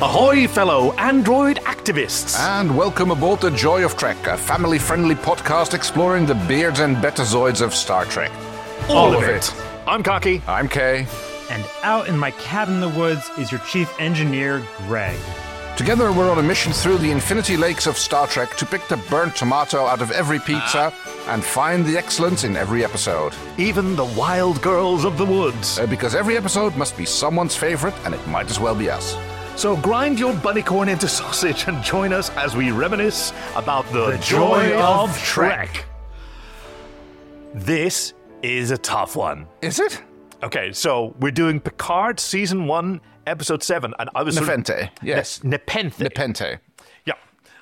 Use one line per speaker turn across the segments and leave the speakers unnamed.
Ahoy, fellow android activists!
And welcome aboard the Joy of Trek, a family friendly podcast exploring the beards and betazoids of Star Trek.
all of it. I'm Cocky.
I'm Kay.
And out in my cabin in the woods is your chief engineer, Greg.
Together, we're on a mission through the infinity lakes of Star Trek to pick the burnt tomato out of every pizza
Ah.
and find the excellence in every episode.
Even the wild girls of the woods.
Uh, because every episode must be someone's favorite, and it might as well be us.
So grind your bunny corn into sausage and join us as we reminisce about the, This is a tough one.
Is it?
Okay, so we're doing Picard Season 1, Episode 7, and I was. sort of-
Nepenthe, yes.
Ne- Nepenthe.
Nepenthe.
yeah.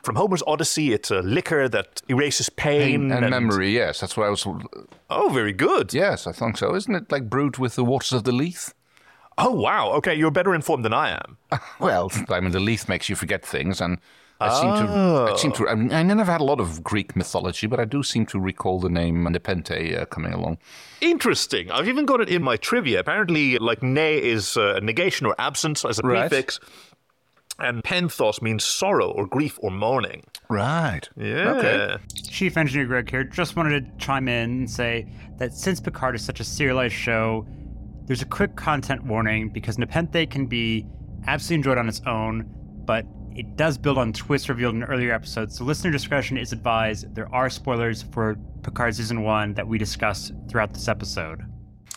From Homer's Odyssey, it's a liquor that erases pain,
And, memory, yes. That's why I was.
Oh, very good.
Yes, I think so. Isn't it like brewed with the waters of the Leith?
Oh, wow. Okay, you're better informed than I am.
Well, I mean, the Leith makes you forget things, and I seem to. I seem to. I, mean, I never had a lot of Greek mythology, but I do seem to recall the name Nepenthe uh, coming along.
Interesting. I've even got it in my trivia. Apparently, like ne is uh, negation or absence as a
Right.
prefix, and penthos means sorrow or grief or mourning.
Right.
Yeah.
Okay.
Chief Engineer Greg here. Just wanted to chime in and say that since Picard is such a serialized show, there's a quick content warning because Nepenthe can be absolutely enjoyed on its own, but it does build on twists revealed in earlier episodes. So listener discretion is advised. There are spoilers for Picard season one that we discussed throughout this episode.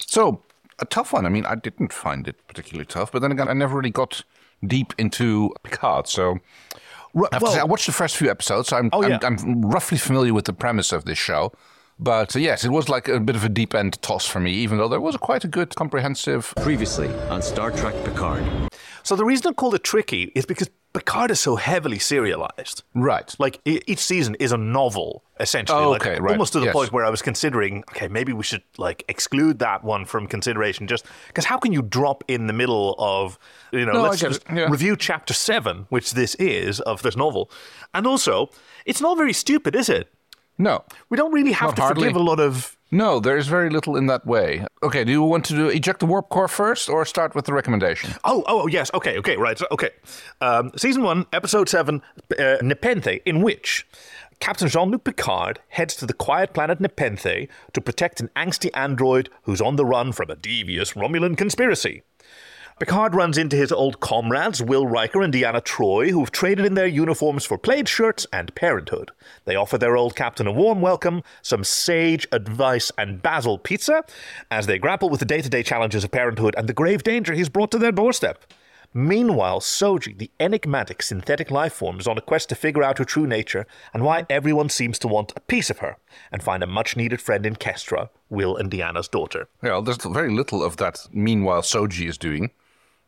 So a tough one. I mean, I didn't find it particularly tough, but then again, I never really got deep into Picard. So I, have to say, I watched the first few episodes. So I'm, I'm,
yeah.
I'm roughly familiar with the premise of this show. But uh, yes, it was like a bit of a deep end toss for me, even though there was quite a good comprehensive.
Previously on Star Trek Picard.
So the reason I called it tricky is because Picard is so heavily serialized.
Right.
Like e- each season is a novel, essentially.
Oh,
like,
okay, right.
Almost to the
Yes.
point where I was considering, okay, maybe we should like exclude that one from consideration, just because how can you drop in the middle of you know
No, I
let's
get
just
it, yeah.
review chapter seven, which this is of this novel, and also it's not very stupid, is it?
No.
We don't really have
Not
to
hardly.
forgive a lot of.
No, there is very little in that way. Okay, do you want to do, eject the warp core first or start with the recommendation?
Oh, oh, oh, yes. Okay, okay, right. so- Okay. Um, season one, episode seven, uh, Nepenthe, in which Captain Jean Luc Picard heads to the quiet planet Nepenthe to protect an angsty android who's on the run from a devious Romulan conspiracy. Picard runs into his old comrades, Will Riker and Deanna Troy, who've traded in their uniforms for plaid shirts and parenthood. They offer their old captain a warm welcome, some sage advice, and basil pizza as they grapple with the day to day challenges of parenthood and the grave danger he's brought to their doorstep. Meanwhile, Soji, the enigmatic synthetic life form, is on a quest to figure out her true nature and why everyone seems to want a piece of her, and find a much needed friend in Kestra, Will and Deanna's daughter.
Yeah, there's very little of that. Meanwhile, Soji is doing.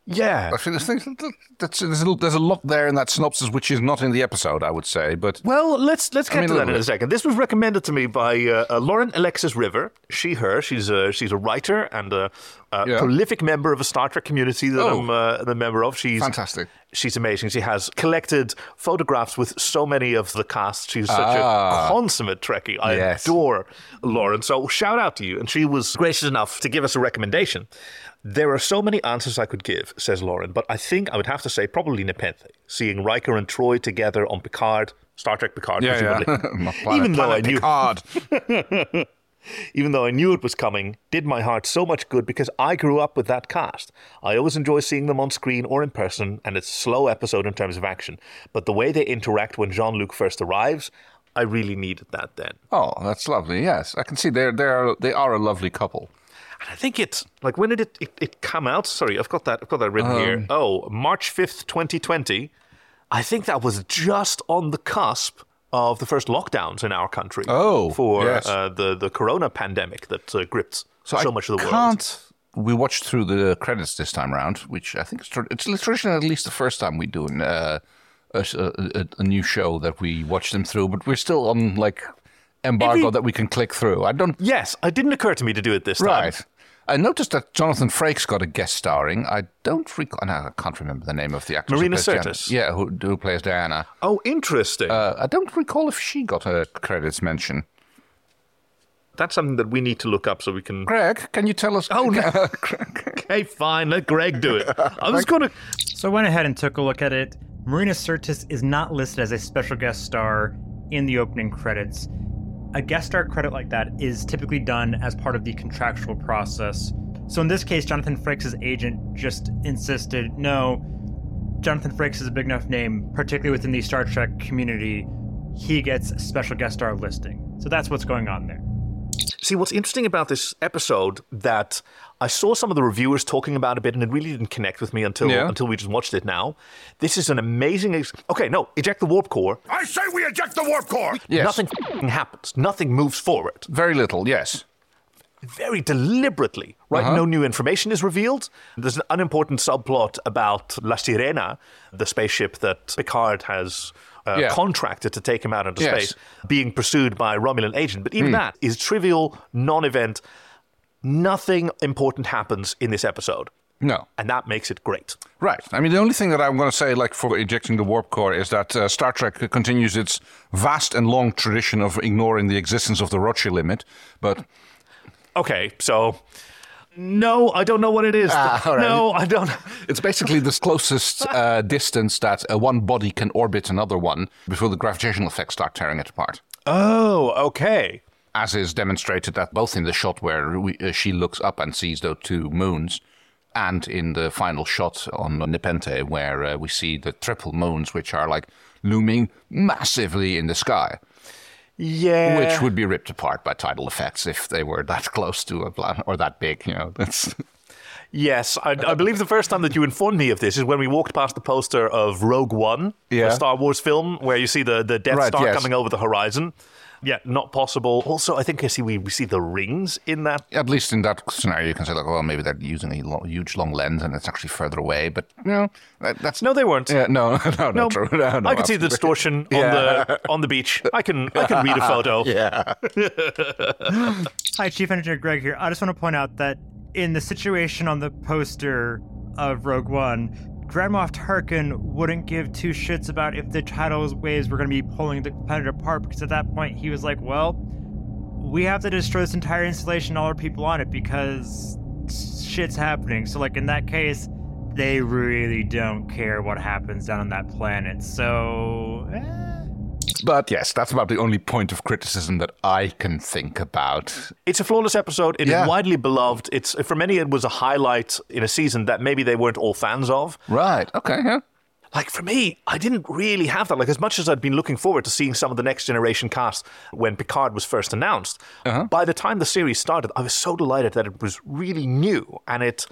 Yeah.
I think- I think that- that's, there's, a, there's a lot there in that synopsis which is not in the episode, I would say. But
Well, let's let's get
mean,
to that in
look-
a second. This was recommended to me by uh, uh, Lauren Alexis River. She, her. She's a she's a writer and a, a
Yeah.
prolific member of a Star Trek community that
Oh.
I'm uh, the member of. She's
Fantastic.
She's amazing. She has collected photographs with so many of the cast. She's such
Ah.
a consummate Trekkie. I
Yes.
adore Lauren. So shout out to you. And she was gracious enough to give us a recommendation. There are so many answers I could give, says Lauren, but I think I would have to say probably Nepenthe, seeing Riker and Troy together on Picard, Star Trek Picard, presumably.
My planet,
Even though I
planet
knew-
Picard.
Even though I knew it was coming, did my heart so much good because I grew up with that cast. I always enjoy seeing them on screen or in person, and it's a slow episode in terms of action. But the way they interact when Jean Luc first arrives, I really needed that then.
oh, that's lovely. Yes, I can see they're, they're, they are a lovely couple.
And I think it's like when did it, it, it come out? Sorry, I've got that I've got that written
Um.
here. Oh, March fifth, twenty twenty. I think that was just on the cusp of the first lockdowns in our country.
Oh,
for
yes.
uh, the the corona pandemic that uh, gripped so,
I
much of the world.
can't, We watched through the credits this time round, which I think is, tra- it's traditionally at least the first time we do an, uh, a, s- a- a- a new show that we watch them through, but we're still on like embargo
Every-
that we can click through. I don't.
Yes, it didn't occur to me to do it this time.
Right. I noticed that Jonathan Frakes got a guest starring. I don't recall. No, I can't remember the name of the actor. who
Marina
plays Diana.
Sirtis.
Yeah, who, who plays Diana.
Oh, interesting.
Uh, I don't recall if she got a credits mention.
That's something that we need to look up so we can.
Greg, can you tell us?
Oh, no.
Greg,
okay, fine. Let Greg do it. I was going to.
So I went ahead and took a look at it. Marina Sirtis is not listed as a special guest star in the opening credits. A guest star credit like that is typically done as part of the contractual process. So in this case, Jonathan Frakes' agent just insisted no, Jonathan Frakes is a big enough name, particularly within the Star Trek community. He gets a special guest star listing. So that's what's going on there.
See, what's interesting about this episode that I saw some of the reviewers talking about a bit, and it really didn't connect with me until
Yeah.
until we just watched it now. This is an amazing. Ex- okay, no, eject the warp core.
I say we eject the warp core!
Yes.
Nothing f***ing happens. Nothing moves forward.
Very little, yes.
Very deliberately, right?
Uh-huh.
No new information is revealed. There's an unimportant subplot about La Sirena, the spaceship that Picard has. Uh,
Yeah.
Contracted to take him out into
Yes. Hmm.
space, being pursued by a Romulan agent. But even that is trivial, non event. Nothing important happens in this episode.
No.
and that makes it great.
Right. I mean, the only thing that I'm going to say, like for ejecting the warp core, is that uh, Star Trek uh, continues its vast and long tradition of ignoring the existence of the Roche limit. But
Okay, so no, I don't know what it is.
Ah, all right.
No, I don't.
it's basically the closest uh, distance that uh, one body can orbit another one before the gravitational effects start tearing it apart.
Oh, okay.
As is demonstrated that both in the shot where we, uh, she looks up and sees those two moons, and in the final shot on Nepente where uh, we see the triple moons, which are like looming massively in the sky.
Yeah.
which would be ripped apart by tidal effects if they were that close to a planet or that big. You know, that's
yes, I, I believe the first time that you informed me of this is when we walked past the poster of Rogue One,
Yeah.
the Star Wars film, where you see the, the Death
Right,
Star
yes.
coming over the horizon. Yeah, not possible. Also, I think I see we, we see the rings in that.
at least in that scenario, you can say like, well, maybe they're using a lo- huge long lens and it's actually further away. But you know, that, that's
No, they weren't.
Yeah, no, no, no,
No,
true. No, no,
I can see the
absolutely.
distortion on the on the beach. I can I can read a photo.
Hi, Chief Engineer Greg here. I just want to point out that in the situation on the poster of Rogue One, Grand Moff Tarkin wouldn't give two shits about if the tidal waves were going to be pulling the planet apart because at that point he was like, well, we have to destroy this entire installation, all our people on it, because shit's happening. So, like, in that case, they really don't care what happens down on that planet. So, eh.
But yes, that's about the only point of criticism that I can think about.
It's a flawless episode. It is
Yeah.
widely beloved. It's for many it was a highlight in a season that maybe they weren't all fans of.
Right. Okay. Yeah.
Like for me, I didn't really have that. Like as much as I'd been looking forward to seeing some of the next generation cast when Picard was first announced, by the time the series started, I was so delighted that it was really new and it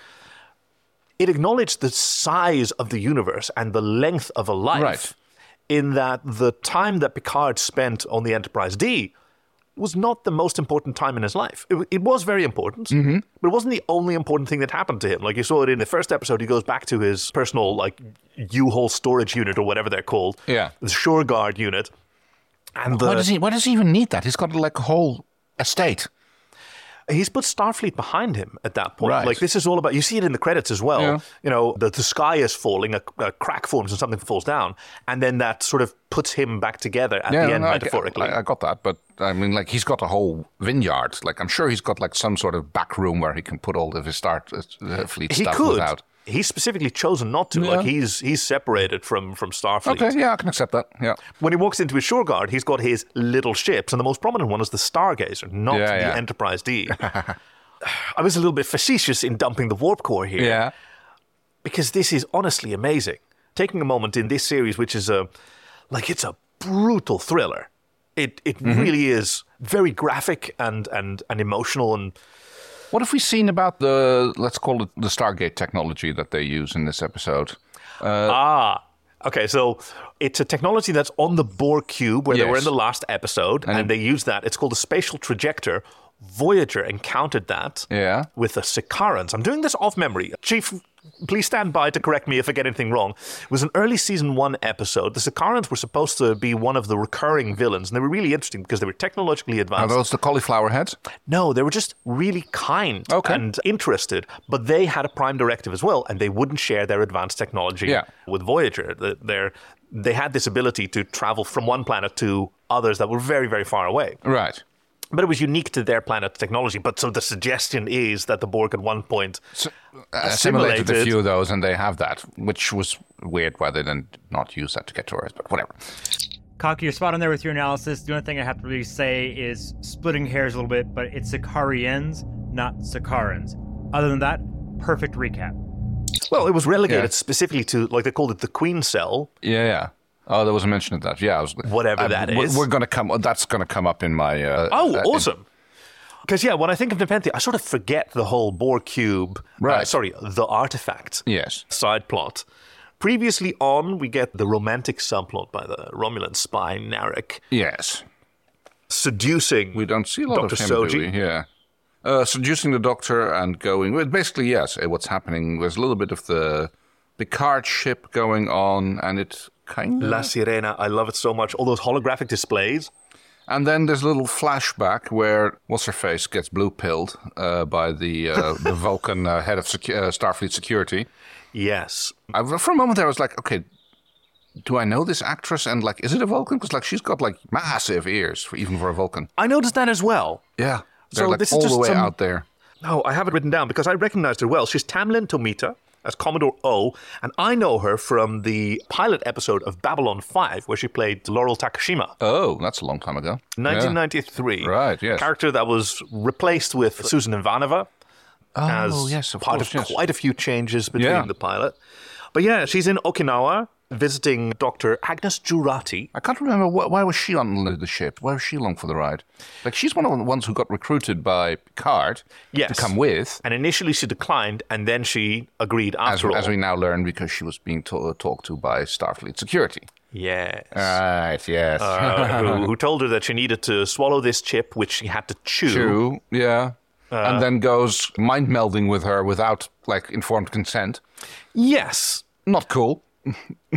it acknowledged the size of the universe and the length of a life
Right.
in that the time that Picard spent on the Enterprise D was not the most important time in his life. It, it was very important,
Mm-hmm.
but it wasn't the only important thing that happened to him. Like you saw it in the first episode, he goes back to his personal like U-Haul storage unit or whatever they're called,
Yeah.
the Shore Guard unit, and
Why
the,
does he? Why does he even need that? He's got like a whole estate.
he's put Starfleet behind him at that point.
Right.
Like this is all about. You see it in the credits as well.
Yeah.
You know, the, the sky is falling, a, a crack forms, and something falls down, and then that sort of puts him back together at the
no,
end,
no, I get-
metaphorically.
I, I got that, but I mean, like, he's got a whole vineyard. Like, I'm sure he's got like some sort of back room where he can put all of his start uh, fleet
he
stuff
could.
without.
He's specifically chosen not to. Like he's he's separated from from Starfleet.
Okay, yeah, I can accept that. Yeah,
When he walks into his shore guard, he's got his little ships, and the most prominent one is the Stargazer, not
Yeah,
the
yeah.
Enterprise D. I was a little bit facetious in dumping the warp core here.
yeah,
because this is honestly amazing. Taking a moment in this series, which is a like it's a brutal thriller. It it
Mm-hmm.
really is very graphic and and and emotional and
What have we seen about the let's call it the Stargate technology that they use in this episode?
ah. Okay, so it's a technology that's on the Bohr cube where they were
Yes.
in the last episode, and, they use that. It's called the spatial trajector. Voyager encountered that
Yeah.
with the Sicarans. I'm doing this off memory. Chief, please stand by to correct me if I get anything wrong. It was an early season one episode. The Sicarans were supposed to be one of the recurring villains, and they were really interesting because they were technologically
Are
advanced.
those the cauliflower heads?
No, they were just really kind
Okay.
and interested, but they had a prime directive as well, and they wouldn't share their advanced technology
Yeah.
with Voyager. The- Their, they had this ability to travel from one planet to others that were very, very far away.
Right.
But it was unique to their planet technology. But so the suggestion is that the Borg at one point
Uh, assimilated a
Assimilated.
few of those, and they have that, which was weird why they then did not use that to get to Earth, but whatever.
Cocky, you're spot on there with your analysis. The only thing I have to really say is splitting hairs a little bit, but it's Sicarians, not Sicarans. Other than that, perfect recap.
Well, it was relegated
Yeah.
specifically to like they called it the Queen Cell.
Yeah, yeah. Oh, there was a mention of that. Yeah, I was,
Whatever that
we're-
is.
We're gonna come. That's gonna come up in my. Uh,
Oh,
uh, in-
awesome! Because yeah, when I think of Nepenthe, I sort of forget the whole Boar cube. uh,
Right.
sorry, the artifact.
yes.
Side plot. Previously on, we get the romantic subplot by the Romulan spy Narek
Yes.
seducing.
We don't see a lot
Dr.
of him,
Soji.
do we? Yeah. Uh, seducing the doctor and going. Well, basically, yes. eh, What's happening? There's a little bit of the Picard ship going on, and it kind of.
La Sirena, I love it so much. All those holographic displays.
And then there's a little flashback where what's her face gets blue pilled uh, by the uh, the Vulcan uh, head of secu- uh, Starfleet security.
Yes.
I, for a moment, I was like, okay, do I know this actress? And like, is it a Vulcan? Because like, she's got like massive ears, for, even for a Vulcan.
I noticed that as well.
Yeah, they're
So
like
this is
all the
just
way
some-
out there.
No, I have it written down because I recognized her well. She's Tamlin Tomita as Commodore O, and I know her from the pilot episode of Babylon 5, where she played Laurel Takashima,
Oh, that's a long time ago.
1993.
Right, yes.
Character that was replaced with Susan Ivanova
Oh,
as
yes, of
part
course,
of
yes.
quite a few changes between
Yeah.
the pilot. But yeah, she's in Okinawa visiting Dr. Agnes Jurati.
I can't remember wh- why was she on the ship. Why was she along for the ride? Like, she's one of the ones who got recruited by Picard
Yes.
to come with.
And initially she declined, and then she agreed
As,
after all.
as we now learn, because she was being to- talked to by Starfleet security.
yes.
Right. Yes.
uh, who, who told her that she needed to swallow this chip, which she had to chew.
True. Yeah.
Uh,
and then goes mind melding with her without like informed consent.
Yes.
Not cool.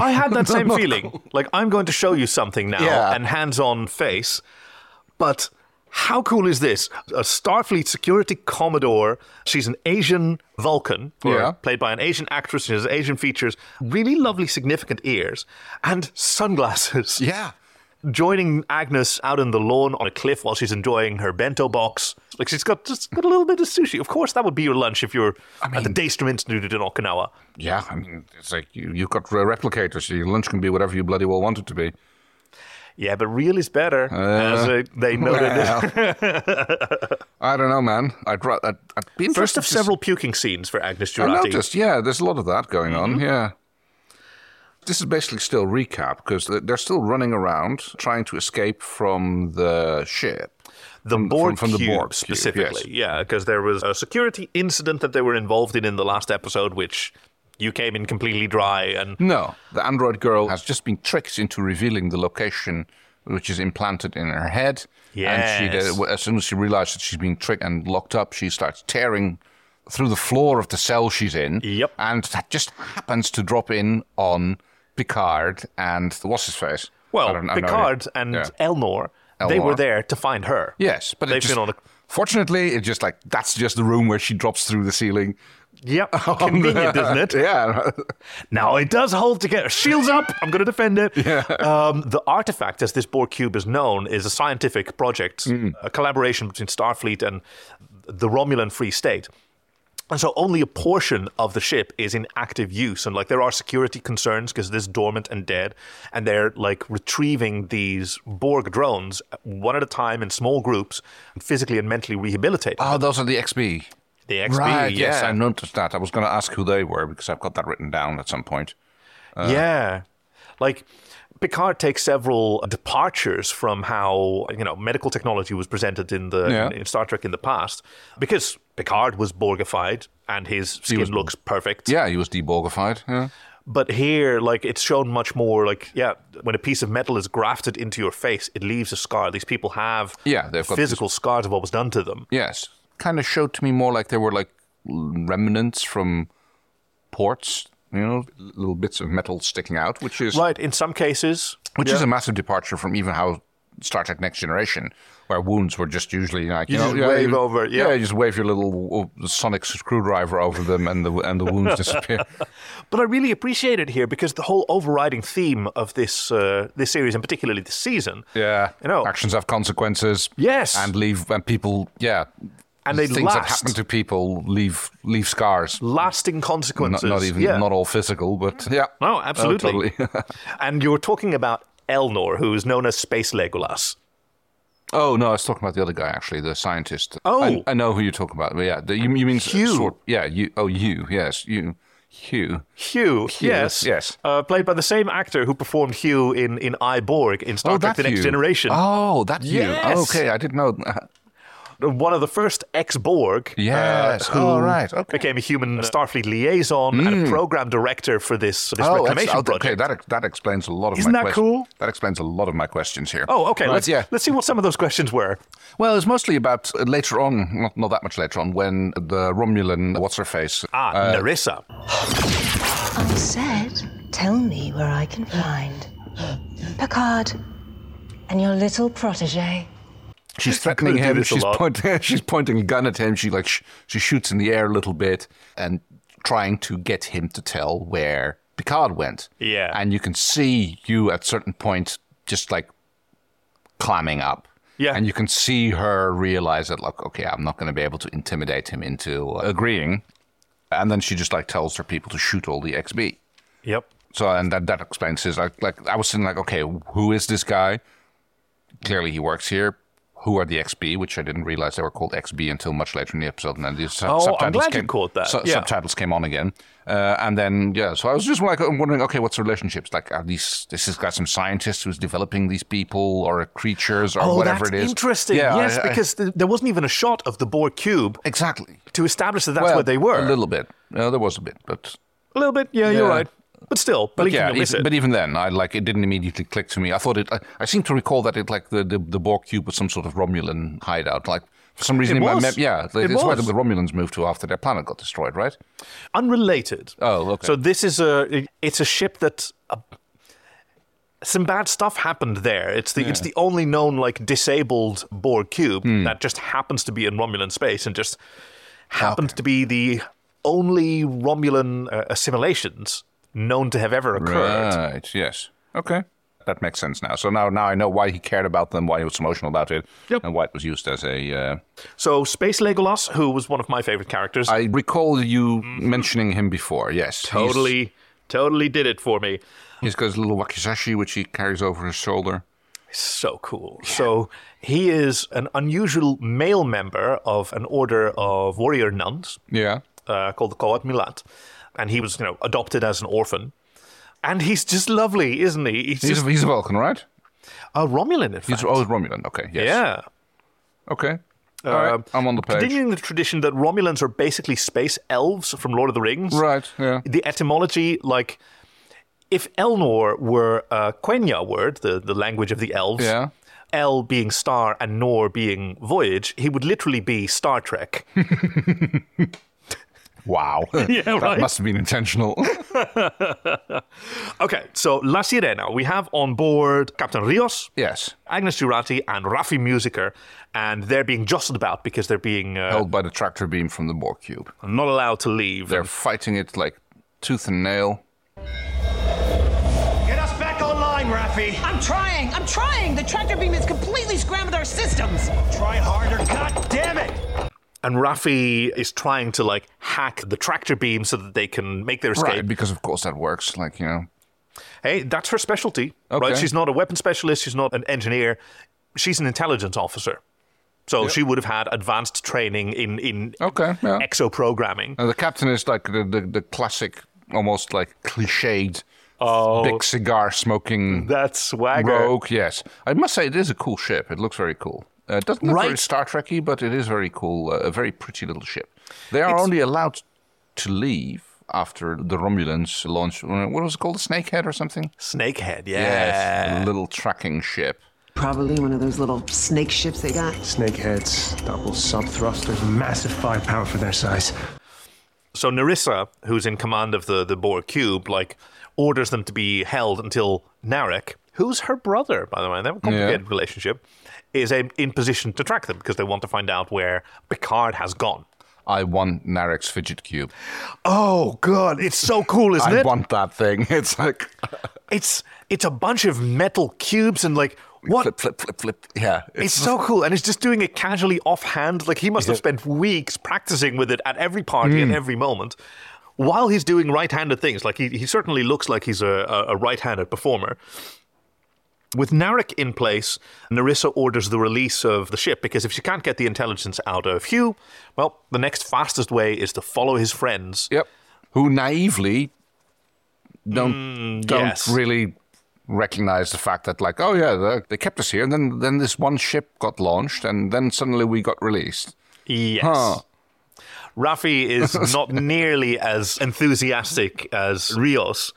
I had that same
Not
feeling. Like, I'm going to show you something now,
Yeah.
and hands on face. But how cool is this? A Starfleet security commodore. She's an Asian Vulcan, or
Yeah.
played by an Asian actress. She has Asian features, really lovely, significant ears, and sunglasses.
Yeah.
joining Agnes out in the lawn on a cliff while she's enjoying her bento box. Like she's got just got a little bit of sushi. Of course, that would be your lunch if you're at the Daystrom Institute in Okinawa.
Yeah. I mean, it's like you, you've got re- replicators. Your lunch can be whatever you bloody well want it to be.
Yeah, but real is better, as uh, they noted.
Well, I don't know, man. I'd, ra- I'd, I'd be interested.
First of
to s-
several puking scenes for Agnes
I
Jurati.
noticed. Yeah, there's a lot of that going
Mm-hmm.
on. Yeah. This is basically still recap because they're still running around trying to escape from the ship.
the
from-
Borg
from the
cube
Borg cube,
specifically.
yes.
Yeah, because there was a security incident that they were involved in in the last episode, which you came in completely dry and
No, the android girl has just been tricked into revealing the location which is implanted in her head. And she,
Yes.
did- as soon as she realizes that she's been tricked and locked up, she starts tearing through the floor of the cell she's in.
Yep.
And that just happens to drop in on Picard and what's his face? I
well,
don't- I don't know.
Picard and
Yeah.
Elnor, they were
Elnor.
there to find her.
Yes, but it
They've
just,
been on a-
fortunately, it just like that's just the room where she drops through the ceiling.
Yep,
Oh,
convenient, isn't it?
Yeah.
Now it does hold together. Shields up. I'm going to defend it. Um, the artifact, as this Borg cube is known, is a scientific project, a collaboration between Starfleet and the Romulan Free State. And so only a portion of the ship is in active use. And like there are security concerns because it is dormant and dead. And they're like retrieving these Borg drones one at a time in small groups, and physically and mentally rehabilitate. them.
Oh, those are the XB.
the XB,
right,
yeah.
yes, I noticed that. I was going to ask who they were because I've got that written down at some point. Uh.
yeah. Like Picard takes several departures from how, you know, medical technology was presented in the
Yeah.
in Star Trek in the past because Picard was borgified and his skin
was-
looks perfect.
Yeah, he was deborgified. Yeah.
But here like it's shown much more like yeah, when a piece of metal is grafted into your face, it leaves a scar. These people have
Yeah, they've got
physical scars of what was done to them.
Yes, kind of showed to me more like there were like remnants from ports, you know, little bits of metal sticking out, which is
Right, in some cases
which is
yeah.
a massive departure from even how Star Trek Next Generation, where wounds were just usually like you,
You
know,
just
yeah,
wave
you-
over, yeah.
yeah, you just wave your little uh, sonic screwdriver over them, and the and the wounds disappear.
But I really appreciate it here because the whole overriding theme of this uh, this series and particularly this season,
Yeah,
you know,
actions have consequences.
Yes.
and leave and people. Yeah,
And they
things that
last.
happen to people leave leave scars.
lasting consequences.
Not, not even
yeah.
not all physical, but yeah.
No,
Oh,
absolutely.
totally.
and you're talking about Elnor, who is known as Space Legolas.
oh no, I was talking about the other guy actually, the scientist.
Oh.
I, I know who you're talking about. But yeah, the, you, you mean s-
Hugh.
Sort, yeah, you. Oh, you. Yes, you. Hugh.
Hugh, yes,
yes.
uh, played by the same actor who performed Hugh in in I Borg in Star
oh,
Trek:
that
The Next
Hugh.
Generation.
Oh, that you.
Yes.
Okay, I didn't know.
one of the first ex-Borg.
Yes.
who
Oh, right. Okay.
Became a human Starfleet liaison and a program director for this, this
Hmm. Oh, that's-
reclamation
oh,
project.
okay. That ex- that explains a lot of
Isn't
my
that
questions.
cool?
That explains a lot of my questions here.
Oh, okay.
Right,
let's
yeah.
let's see what some of those questions were.
Well, it's mostly about uh, later on, not, not that much later on, when the Romulan, what's her face? uh,
Ah, Narissa.
I said, tell me where I can find Picard and your little protege.
She's threatening
gonna do
him.
this a
She's
lot.
pointing. She's pointing a gun at him. She like sh- she shoots in the air a little bit and trying to get him to tell where Picard went.
Yeah.
and you can see you at certain point just like clamming up.
Yeah.
and you can see her realize that like okay, I'm not going to be able to intimidate him into uh, agreeing, and then she just like tells her people to shoot all the XB.
Yep.
So and that that explains his like like I was thinking like okay who is this guy? Clearly he works here. Who are the XB? Which I didn't realize they were called XB until much later in the episode, and then the sub-
Oh, I'm
subtitles
glad you
came.
caught that.
su-
Yeah.
Subtitles came on again, uh, and then yeah. So I was just like I'm wondering, okay, what's the relationships? Like are these this has got some scientist who's developing these people or creatures or
Oh,
whatever
that's
it is?
interesting.
Yeah,
yes,
I- I-
because th- there wasn't even a shot of the Borg cube
exactly.
to establish that that's
Well,
where they were.
A little bit. Uh, there was a bit, but
A little bit. Yeah, you're
Yeah.
right. But still,
But
blinking
yeah,
you'll miss
even,
it.
but even then, I like it didn't immediately click to me. I thought it. I, I seem to recall that it like the, the the Borg cube was some sort of Romulan hideout. Like for some reason,
It
in my
was.
mem- yeah,
It
it's where the
was.
Romulans moved to after their planet got destroyed, right?
Unrelated.
Oh, okay.
So this is a. It's a ship that. Uh, some bad stuff happened there. It's the it's the only known like disabled Borg cube
Hmm.
that just happens to be in Romulan space and just happens to be the only Romulan uh, assimilations known to have ever occurred.
Right. Yes. Okay. That makes sense now. So now, now I know why he cared about them, why he was emotional about it,
Yep.
and why it was used as a. Uh,
So Space Legolas, who was one of my favorite characters,
I recall you mentioning him before. Yes, He's-
totally totally did it for me.
He's got his little wakizashi, which he carries over his shoulder.
so cool. So he is an unusual male member of an order of warrior nuns
Yeah.
uh, called the Koat Milat, and he was, you know, adopted as an orphan. And he's just lovely, isn't he? He's,
He's,
just
a, he's a Vulcan, right?
a Romulan, in fact.
He's always Romulan. Okay. Yes.
yeah.
Okay. All right. I'm on Uh, the page.
Continuing the tradition that Romulans are basically space elves from Lord of the Rings.
Right. Yeah.
The etymology, like, if Elnor were a Quenya word, the, the language of the elves,
Yeah.
El being star and Nor being voyage, he would literally be Star Trek.
Wow.
Yeah, right.
That must have been intentional.
Okay, so La Sirena, we have on board Captain Rios,
yes.
Agnes Durati, and Rafi Musiker, and they're being jostled about because they're being uh,
Held by the tractor beam from the Borg cube.
not allowed to leave.
They're fighting it like tooth and nail.
Get us back online, Rafi.
I'm trying. I'm trying. The tractor beam has completely scrambled our systems.
Try harder. God damn it.
And Rafi is trying to like hack the tractor beam so that they can make their escape.
Right, because of course that works. Like, you know.
Hey, that's her specialty,
Okay.
right? She's not a weapon specialist. She's not an engineer. She's an intelligence officer. So she would have had advanced training in in
Okay. Yeah.
exo programming.
And the captain is like the, the, the classic, almost like cliched, big cigar smoking
That's swagger.
rogue. Yes. I must say, it is a cool ship. It looks very cool. Uh, it doesn't look very
Right.
Star Trek y, but it is very cool. Uh, a very pretty little ship. They are only allowed to leave after the Romulans launch. uh, What was it called? Snakehead or something?
Snakehead,
Yes, Mm. a little tracking ship.
Probably one of those little snake ships they got.
Snakeheads, double sub thrusters, massive firepower for their size.
So Narissa, who's in command of the, the Boer cube, like orders them to be held until Narek, who's her brother, by the way, they have a complicated relationship, is a, in position to track them because they want to find out where Picard has gone.
I want Narek's fidget cube.
Oh god, it's so cool, isn't
I
it?
want that thing. It's like
It's it's a bunch of metal cubes and like what
flip, flip, flip, flip. Yeah,
It's so cool, and he's just doing it casually offhand. Like he must have spent weeks practicing with it at every party and every moment, while he's doing right-handed things. Like he, he certainly looks like he's a, a, a right-handed performer. With Narek in place, Narissa orders the release of the ship because if she can't get the intelligence out of Hugh, well, the next fastest way is to follow his friends.
Yep. Who naively don't don't
Mm, yes.
really recognize the fact that like oh yeah they- they kept us here and then then this one ship got launched and then suddenly we got released.
Yes.
Huh.
Rafi is not nearly as enthusiastic as Rios.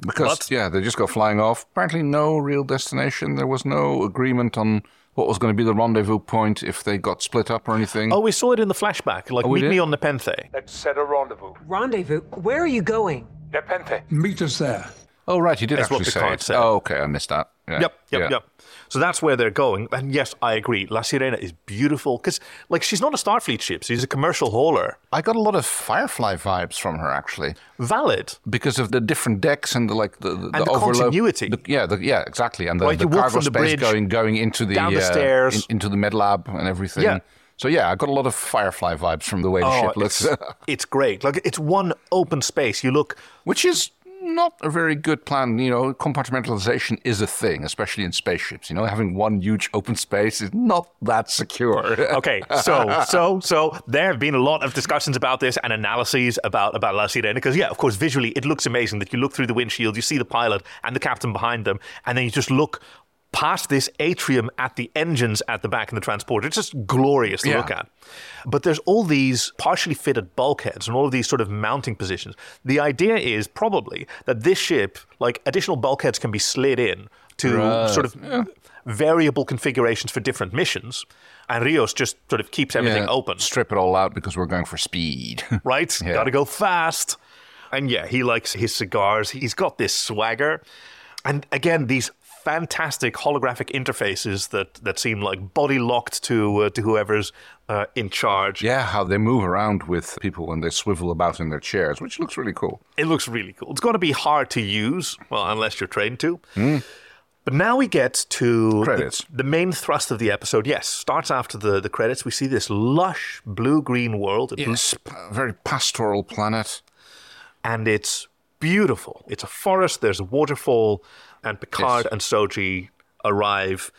Because
But-
yeah, they just go flying off. Apparently, no real destination. There was no agreement on what was going to be the rendezvous point if they got split up or anything.
Oh, we saw it in the flashback. Like,
Oh, we
meet
did?
me on the Penthe.
Let's set a rendezvous.
Rendezvous. Where are you going?
Nepenthe.
Meet us there.
Oh, right, he did
That's what
actually say
Picard
it.
said.
Oh, okay, I missed that. Yeah,
Yep, yep,
yeah.
yep. So that's where they're going. And yes, I agree. La Sirena is beautiful because, like, she's not a Starfleet ship. She's a commercial hauler.
I got a lot of Firefly vibes from her actually,
Valid.
because of the different decks and the like the the,
the
overload-
continuity.
the- yeah, the, yeah, exactly. And the,
Right,
the
you walk
cargo
from the
space
bridge
going going into the,
down the
uh,
stairs.
in- into the med lab and everything.
Yeah. Oh,
So yeah, I got a lot of Firefly vibes from the way the ship Oh, looks,
it's, it's great. Like, it's one open space. You look.
which is not a very good plan. You know, compartmentalization is a thing, especially in spaceships. You know, having one huge open space is not that secure.
Okay, so so so there have been a lot of discussions about this and analyses about about La Sirena because yeah, of course, visually it looks amazing that you look through the windshield, you see the pilot and the captain behind them, and then you just look past this atrium at the engines at the back in the transporter. It's just glorious to
Yeah.
look at. But there's all these partially fitted bulkheads and all of these sort of mounting positions. The idea is probably that this ship, like additional bulkheads, can be slid in to sort of variable configurations for different missions. And Rios just sort of keeps everything
Yeah,
open,
Strip it all out because we're going for speed.
right? Gotta go fast. And yeah, he likes his cigars. He's got this swagger. And again, these fantastic holographic interfaces that, that seem like body locked to uh, to whoever's uh, in charge.
yeah, how they move around with people when they swivel about in their chairs, which looks really cool.
It looks really cool. It's going to be hard to use, well, unless you're trained to. But now we get to the-
Hmm. Credits.
The, main thrust of the episode. Yes, starts after the, the credits. We see this lush blue green world, It-
Yes, p- very pastoral planet.
and it's beautiful. It's a forest. There's a waterfall, and Picard and Soji arrive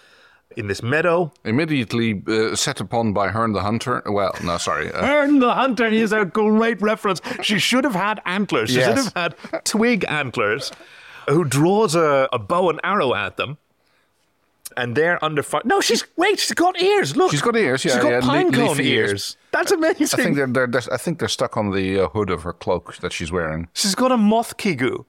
in this meadow.
Immediately uh, set upon by Hearn the Hunter. Well, no, sorry. Uh,
Ern the Hunter is a great reference. She should have had antlers. She
Yes.
should have had twig antlers. Who draws a, a bow and arrow at them? And they're under fire. No, she's wait. She's got ears. Look,
She's got ears, yeah,
she's got
yeah, le-
pine cone
leafy ears.
ears. That's amazing.
I think they're, they're they're- I think they're stuck on the uh, hood of her cloak that she's wearing.
she's got a moth kigu,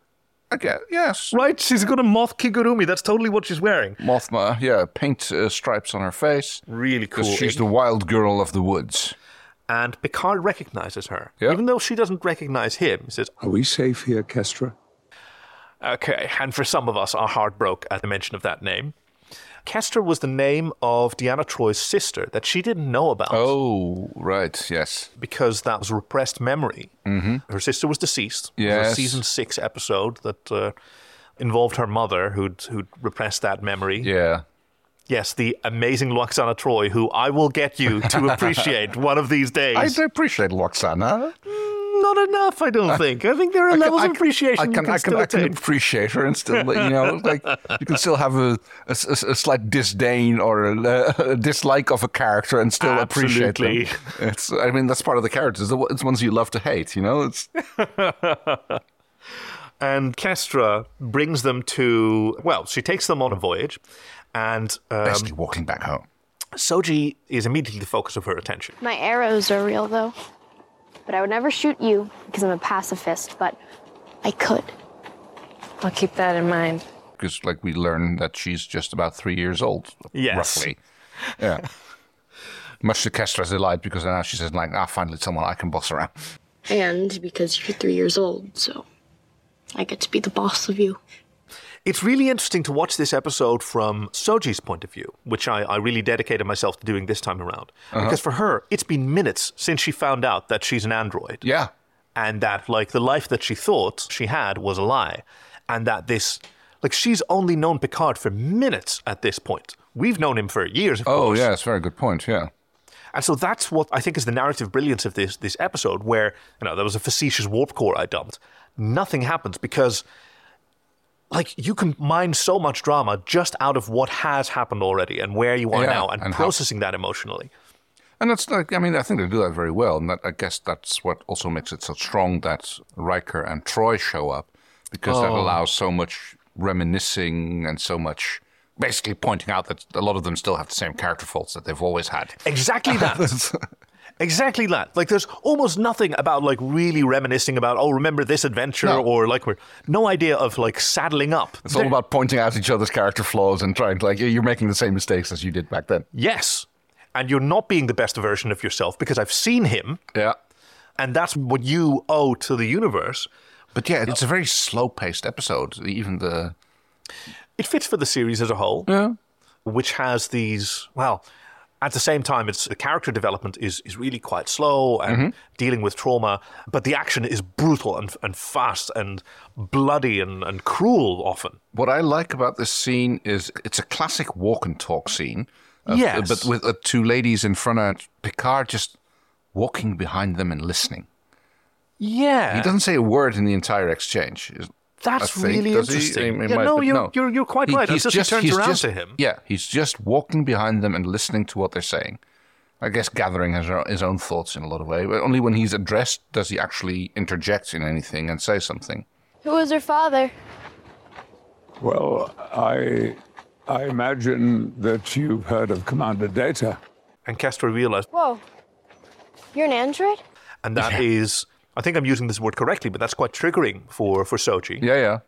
Okay, yes.
right? She's got a moth kigurumi. That's totally what she's wearing.
Mothma, yeah, paint uh, stripes on her face.
Really
'Cause
cool.
She's the wild girl of the woods.
And Picard recognizes her,
Yeah.
even though she doesn't recognize him. He says,
Are we safe here, Kestra?
Okay, and for some of us, our heart broke at the mention of that name. Kester was the name of Deanna Troy's sister that she didn't know about
Oh, right, yes.
because that was repressed memory. Mm-hmm. Her sister was deceased. It was a
Yes.
season six episode that uh, involved her mother who'd, who'd repressed that memory.
Yeah.
Yes, the amazing Loxana Troy, who I will get you to appreciate one of these days.
I do appreciate Loxana.
Not enough, I don't think. I think there are
I can-
levels
I
of
can-
appreciation
I can,
you can
I can,
still
I can
attain.
appreciate her and still, you know, like you can still have a, a s- a s- a slight disdain or a, a dislike of a character and still appreciate them.
Absolutely.
It's, I mean, that's part of the characters. The- It's ones you love to hate, you know. It's
Um, And Kestra brings them to, well, she takes them on a voyage, and um,
basically walking back home.
Soji is immediately the focus of her attention.
My arrows are real, though. But I would never shoot you because I'm a pacifist, but I could.
I'll keep that in mind.
because like we learn that she's just about three years old,
Yes.
roughly. Yeah. Much to Kestra's delight, because now she says like, ah, finally someone I can boss around.
And because you're three years old, so I get to be the boss of you.
It's really interesting to watch this episode from Soji's point of view, which I, I really dedicated myself to doing this time around.
Uh-huh.
Because for her, it's been minutes since she found out that she's an android.
Yeah.
And that, like, the life that she thought she had was a lie. And that this, like, she's only known Picard for minutes at this point. We've known him for years, of
Oh,
course.
yeah, it's a very good point. Yeah.
And so that's what I think is the narrative brilliance of this this episode, where you know there was a facetious warp core I dumped. Nothing happens because, like, you can mine so much drama just out of what has happened already and where you are
Yeah,
now, and,
and how-
processing that emotionally.
And that's like, I mean, I think they do that very well. And that, I guess that's what also makes it so strong that Riker and Troy show up because that
Oh.
allows so much reminiscing and so much basically pointing out that a lot of them still have the same character faults that they've always had.
Exactly that. exactly that. Like, there's almost nothing about like really reminiscing about oh, remember this adventure
No.
or like we're no idea of like saddling up.
It's all about pointing out each other's character flaws and trying to, like, you're making the same mistakes as you did back then.
Yes. And you're not being the best version of yourself because I've seen him.
Yeah.
And that's what you owe to the universe.
But yeah, it's a very slow paced episode. Even the.
It fits for the series as a whole,
Yeah.
which has these, well, at the same time, it's the character development is, is really quite slow and dealing with trauma, but the action is brutal and, and fast and bloody and, and cruel often.
What I like about this scene is it's a classic walk and talk scene. of-
Yes.
But with uh, two ladies in front of Picard just walking behind them and listening.
Yeah.
He doesn't say a word in the entire exchange. is-
That's
I think.
really
Does he?
interesting.
He- he
Yeah,
might-
no,
but
you're- you're- you're quite right.
he's
Until she turns
he's
around
just-
to him.
Yeah, he's just walking behind them and listening to what they're saying. I guess gathering his own, his own thoughts in a lot of way. But only when he's addressed does he actually interject in anything and say something.
Who was her father?
Well, I, I imagine that you've heard of Commander Data.
And Castro realized,
Whoa. You're an android?
and that is, I think I'm using this word correctly, but that's quite triggering for, for Sochi.
Yeah, yeah.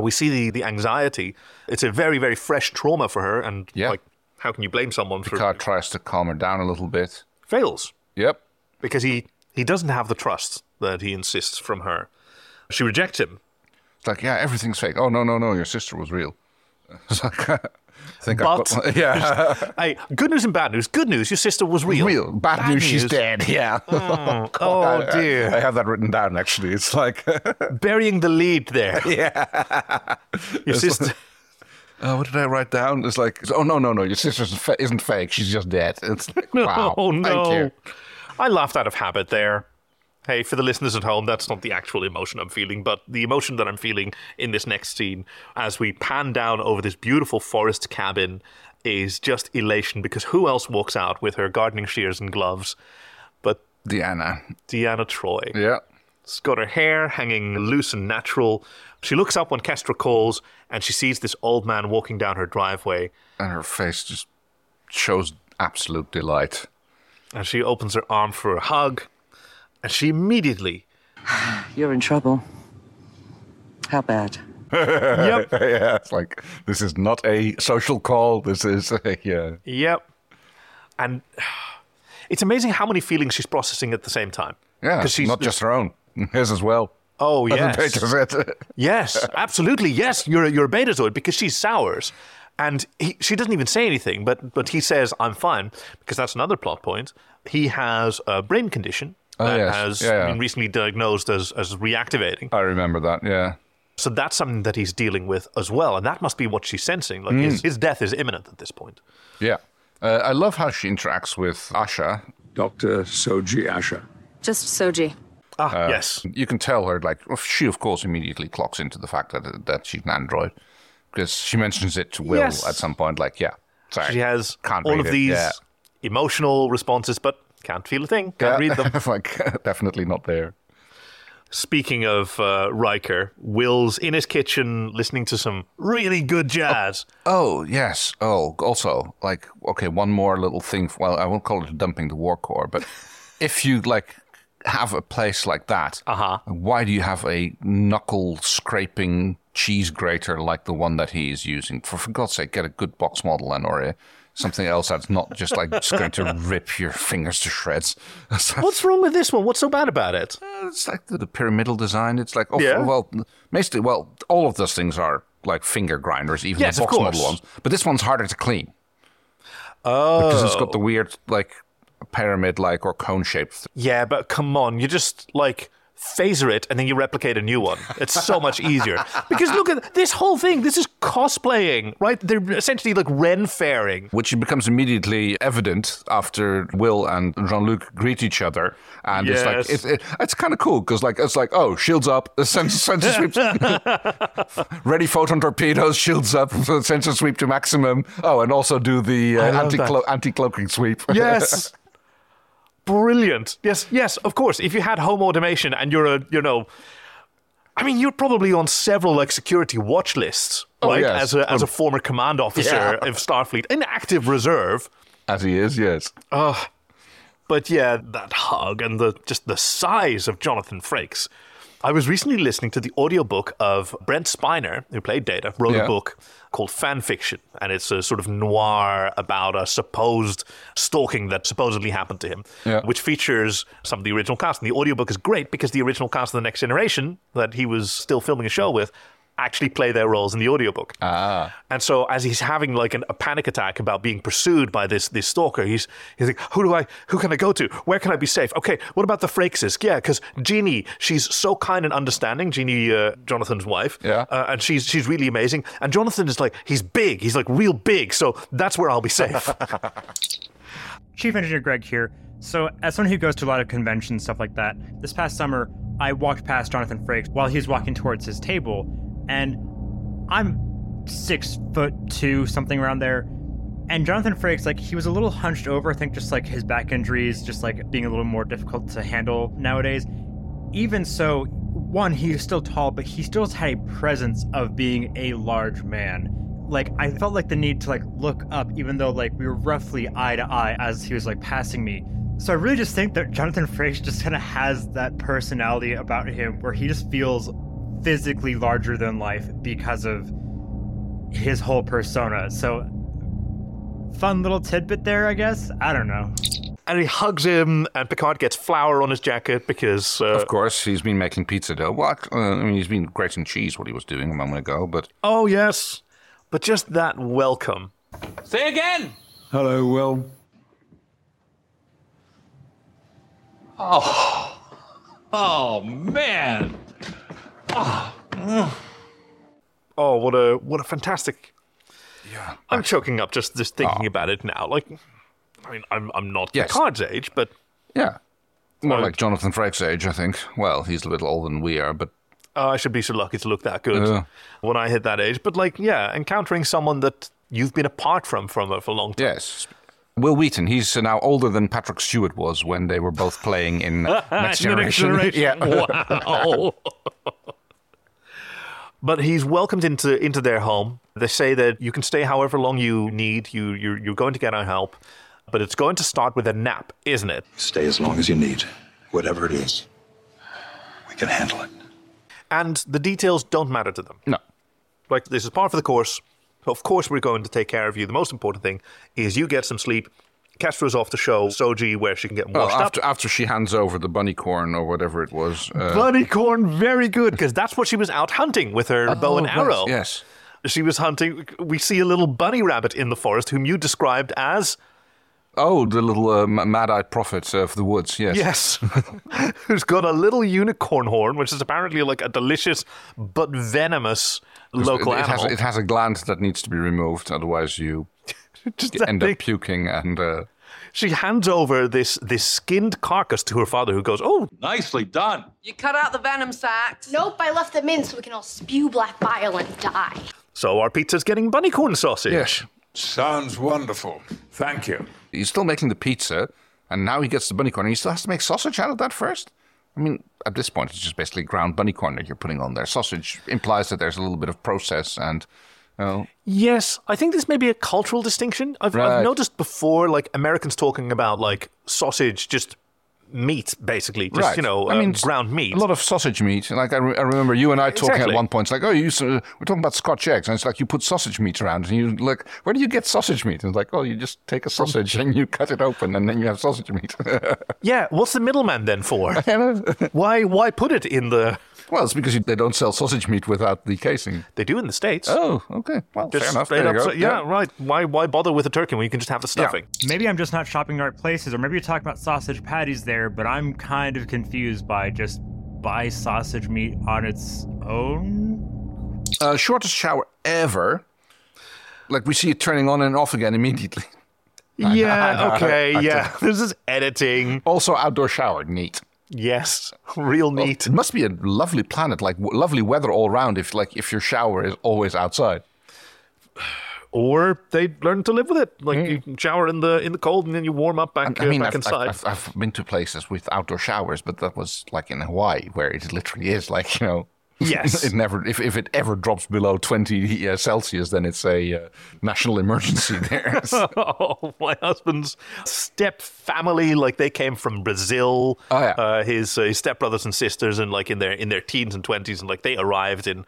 We see the, the anxiety. It's a very, very fresh trauma for her. And like, how can you blame someone for
Picard tries to calm her down a little bit.
fails?
Yep.
Because he, he doesn't have the trust that he insists from her. She rejects him.
It's like, yeah, everything's fake. Oh, no, no, no, your sister was real. It's like, uh, I think
But
I've got Yeah.
hey, good news and bad news. Good news, your sister was real.
Real. Bad, news, she's dead. Yeah.
Mm.
God,
oh
I- I- I,
dear.
have that written down, actually. It's like, uh,
Burying the lead there.
yeah.
Your
It's
sister.
like- Uh, what did I write down? It's like, oh, no, no, no, your sister isn't, fa- isn't fake. She's just dead. It's like,
No, oh,
wow. Thank
no.
you.
I laughed out of habit there. Hey, for the listeners at home, that's not the actual emotion I'm feeling, but the emotion that I'm feeling in this next scene as we pan down over this beautiful forest cabin is just elation because who else walks out with her gardening shears and gloves but
Deanna.
Deanna Troy?
Yeah.
She's got her hair hanging loose and natural. She looks up when Kestra calls and she sees this old man walking down her driveway
And her face just shows absolute delight.
and she opens her arm for a hug and she immediately
You're in trouble. How bad?
Yep.
yeah, it's like, this is not a social call. This is, a, yeah.
Yep. And it's amazing how many feelings she's processing at the same time.
Yeah,
'Cause she's
not just her own. His as well.
Oh
Doesn't
yes,
picture it.
yes, absolutely yes. You're you're a betazoid because she's sours, and he, she doesn't even say anything. But but he says I'm fine because that's another plot point. He has a brain condition
Oh,
that
yes.
has
Yeah, yeah.
been recently diagnosed as as reactivating.
I remember that. Yeah.
So that's something that he's dealing with as well, and that must be what she's sensing. Like
Mm.
his his death is imminent at this point.
Yeah. Uh, I love how she interacts with Asha.
Dr. Soji Asher.
Just Soji.
Uh,
Ah, yes.
You can tell her, like, well, she, of course, immediately clocks into the fact that, that she's an android because she mentions it to Will
Yes.
at some point, like, yeah. Sorry.
She has
Can't
all
read
of
it,
these
yeah.
emotional responses, but can't feel a thing, can't read them.
like, definitely not there.
Speaking of uh, Riker, Will's in his kitchen listening to some really good jazz.
Oh, yes. Oh, also, like, okay, one more little thing. Well, I won't call it dumping the war core, but if you, like, have a place like that,
uh-huh.
why do you have a knuckle scraping cheese grater like the one that he is using? For, for God's sake, get a good box model and or a, something else that's not just like just going to rip your fingers to shreds. It's like-
What's wrong with this one? What's so bad about it?
it's like the, the pyramidal design. It's like, oh,
Yeah.
well, basically, well, all of those things are like finger grinders, even
Yes,
the
of
box model
course.
ones. But this one's harder to clean
Oh.
because it's got the weird like pyramid like or cone shape.
Yeah, but come on, you just like phaser it and then you replicate a new one. It's so much easier. Because look at this whole thing. This is cosplaying, right? They're essentially like Ren fairing.
Which becomes immediately evident after Will and Jean Luc greet each other, and
Yes.
it's like it's, it, it's kind of cool because like it's like oh shields up, sensor sensor sweeps, ready photon torpedoes, shields up, sensor sweep to maximum. Oh, and also do the
I
uh,
love
anti
that.
anti cloaking sweep.
Yes. Brilliant. Yes, yes, of course. If you had home automation and you're a, you know, I mean, you're probably on several like security watch lists,
Oh,
right?
yes.
As a as a
Um,
former command officer
yeah.
of Starfleet in active reserve.
as he is, yes.
Ugh. But yeah, that hug and the just the size of Jonathan Frakes. I was recently listening to the audiobook of Brent Spiner, who played Data, wrote
Yeah.
a book called Fan Fiction, and it's a sort of noir about a supposed stalking that supposedly happened to him,
Yeah.
which features some of the original cast. And the audiobook is great because the original cast of The Next Generation that he was still filming a show with actually play their roles in the audiobook.
Ah.
And so as he's having like an, a panic attack about being pursued by this this stalker, he's he's like, who do I who can I go to? Where can I be safe? Okay, what about the Frakeses? Yeah, because Jeannie, she's so kind and understanding. Jeannie, uh, Jonathan's wife,
Yeah.
uh, and she's she's really amazing. And Jonathan is like he's big, he's like real big, so that's where I'll be safe.
Chief Engineer Greg here. So, as someone who goes to a lot of conventions, stuff like that, this past summer, I walked past Jonathan Frakes while he was walking towards his table, and I'm six foot two, something around there. And Jonathan Frakes, like, he was a little hunched over, I think just like his back injuries, just like being a little more difficult to handle nowadays. Even so, one, he is still tall, but he still had a presence of being a large man. Like, I felt like the need to like look up, even though like we were roughly eye to eye as he was like passing me. So I really just think that Jonathan Frakes just kind of has that personality about him where he just feels physically larger than life because of his whole persona. So fun little tidbit there, I guess. I don't know.
and he hugs him, and Picard gets flour on his jacket because uh,
Of course, he's been making pizza dough. Well, uh, I mean, he's been grating cheese, what he was doing a moment ago, but
oh yes, but just that welcome.
Say again!
Hello, Will.
Oh. Oh, man.
Oh, what a what a fantastic. Yeah, I'm choking up just just thinking about it now. Like, I mean, I'm I'm not
Yes.
Picard's age, but
yeah. More like Jonathan Frakes' age, I think. Well, he's a little older than we are, but
uh, I should be so lucky to look that good
Yeah.
when I hit that age. But like, yeah, encountering someone that you've been apart from from for a long time.
yes. Will Wheaton, he's uh, now older than Patrick Stewart was when they were both playing in Next
In the
Generation. yeah.
Wow. but he's welcomed into into their home. They say that you can stay however long you need. You you're, you're going to get our help, but it's going to start with a nap, isn't it?
Stay as long as you need, whatever it is. We can handle it.
and the details don't matter to them.
No.
Like, this is part of the course. Of course, we're going to take care of you. The most important thing is you get some sleep. Kestra's off to show Soji where she can get
Well,
washed up.
Oh, after, after she hands over the bunny corn or whatever it was. uh,
Bloody corn, very good, because that's what she was out hunting with her bow and
right,
arrow.
Oh, yes.
She was hunting. We see a little bunny rabbit in the forest, whom you described as.
Oh, the little uh, mad eyed prophet uh, of the woods, yes.
Yes. Who's got a little unicorn horn, which is apparently like a delicious but venomous local
it, it
animal.
Has, it has a gland that needs to be removed, otherwise, you
that
end
big.
up puking and. Uh,
She hands over this this skinned carcass to her father, who goes, "Oh,
nicely done."
You cut out the venom sacks.
Nope, I left them in so we can all spew black bile and die.
So our pizza's getting bunny corn sausage.
Yes.
Sounds wonderful. Thank you.
He's still making the pizza, and now he gets the bunny corn. He still has to make sausage out of that first. I mean, at this point, it's just basically ground bunny corn that you're putting on there. Sausage implies that there's a little bit of process, and oh,
Yes, I think this may be a cultural distinction. I've,
Right.
I've noticed before, like Americans talking about like sausage just meat, basically. Just, you know,
I
uh,
mean,
ground meat.
A lot of sausage meat. Like I, re- I remember you and I talking
Exactly.
at one point. It's like, oh, you, so, we're talking about Scotch eggs, and it's like you put sausage meat around, and you like, where do you get sausage meat? And it's like, oh, you just take a sausage and you cut it open, and then you have sausage meat.
yeah, what's the middleman then for? why why put it in the?
Well, it's because you, they don't sell sausage meat without the casing.
They do in the states.
Oh, okay. Well, fair
Just
enough.
straight
There you
up,
go.
so- yeah, right. Why why bother with a turkey when you can just have the stuffing?
Maybe I'm just not shopping in the right places, or maybe you're talking about sausage patties there, but I'm kind of confused by just buy sausage meat on its own.
Uh, shortest shower ever. Like we see it turning on and off again immediately.
Yeah, okay,
I- I-
yeah. This is editing.
Also, outdoor shower, neat.
Yes,
Oh.
real neat.
it must be a lovely planet, like w- lovely weather all round. If like if your shower is always outside,
Or they learn to live with it. Like you can shower in the in the cold and then you warm up back,
Hmm. I mean,
uh, back
I've,
inside.
I've, I've, I've been to places with outdoor showers, but that was like in Hawaii, where it literally is like you know.
Yes.
it never. If, if it ever drops below twenty uh, Celsius, then it's a uh, national emergency there.
oh, my husband's step family, like they came from Brazil.
Oh, yeah.
uh, his uh, his stepbrothers and sisters, and like in their in their teens and twenties, and like they arrived in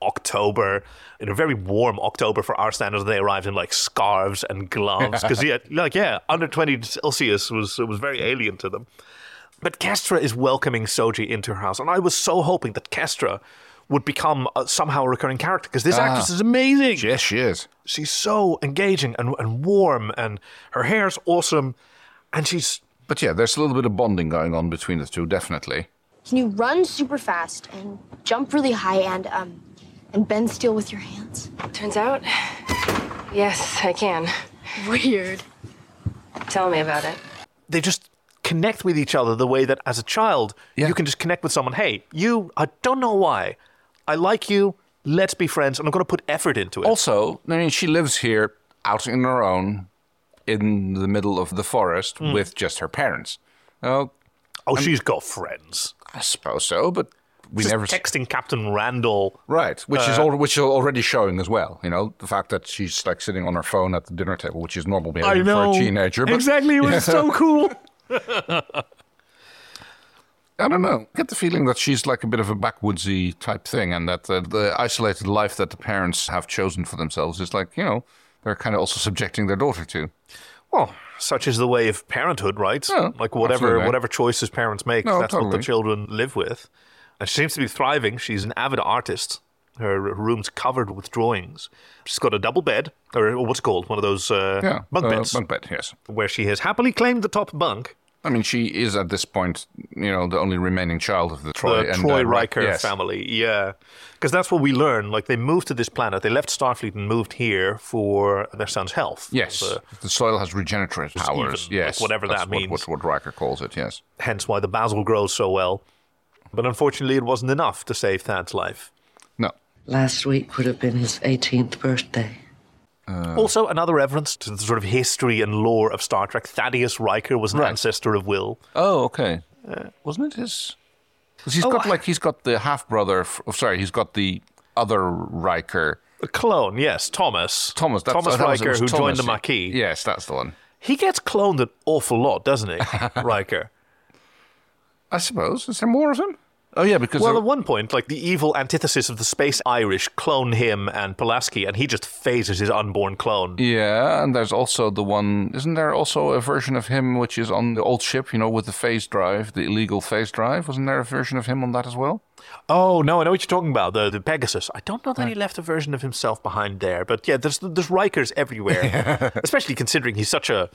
October, in a very warm October for our standards, and they arrived in like scarves and gloves because yeah, like yeah, under twenty Celsius was was very alien to them. But Kestra is welcoming Soji into her house, and I was so hoping that Kestra would become uh, somehow a recurring character because this
Ah.
actress is amazing
yes, she is.
she's so engaging and, and warm and her hair's awesome and she's
But yeah, there's a little bit of bonding going on between the two, definitely.
Can you run super fast and jump really high and um and bend steel with your hands?
Turns out, yes, I can.
Weird.
Tell me about it.
they just connect with each other the way that as a child you can just connect with someone hey you i don't know why i like you let's be friends and i'm going to put effort into it
Also, I mean, she lives here out in her own, in the middle of the forest
Mm.
with just her parents. Oh,
oh, she's got friends.
I suppose so, but we
Just
never s-
texting captain randall
right, which is
Uh,
al- which is already showing as well. You know, the fact that she's like sitting on her phone at the dinner table, which is normal behavior for a teenager. But, Yeah.
cool
I don't know. I get the feeling that she's like a bit of a backwoodsy type thing, and that uh, the isolated life that the parents have chosen for themselves is like you know they're kind of also subjecting their daughter to.
well such is the way of parenthood right like whatever
Oh, absolutely.
whatever choices parents make
No,
that's what the
totally.
children live with and she seems to be thriving she's an avid artist her room's covered with drawings she's got a double bed or what's it called one of those uh,
Yeah,
bunk
uh,
beds
bunk bed, yes.
where she has happily claimed the top bunk
I mean, she is at this point, you know, the only remaining child of the Troy
the
and
Troy
uh, Ri-
Riker
yes.
family. Yeah, because that's what we learn. Like they moved to this planet, they left Starfleet and moved here for their son's health. Uh,
Yes,
The-
the, soil has regenerative powers.
even, like,
yes,
whatever
that's
that
what-
means.
What, what, Riker calls it. Yes.
hence why the basil grows so well. But unfortunately, it wasn't enough to save Thad's life.
Last week would have been his 18th birthday.
Uh-huh.
also, another reference to the sort of history and lore of Star Trek. Thaddeus Riker was an ancestor of Will.
Oh, okay.
Uh,
Wasn't it his? 'Cause he's
Oh,
got
I-
like he's got the half brother. Oh, sorry, he's got the other Riker.
A clone, yes, Thomas.
Thomas. That's,
Thomas
that was- it
Riker,
was
who
Thomas,
joined the
yeah.
Maquis.
Yes, that's the one.
He gets cloned an awful lot, doesn't he, Riker?
I suppose. Is there more of him? Oh yeah, because
well,
there-
at one point, like the evil antithesis of the space Irish clone him and Pulaski, and he just phases his unborn clone.
Yeah, and there's also the one. Isn't there also a version of him which is on the old ship? You know, with the phase drive, the illegal phase drive. Wasn't there a version of him on that as well?
Oh no, I know what you're talking about. The the Pegasus. I don't know that he left a version of himself behind there, but yeah, there's there's Rikers everywhere, especially considering he's such a,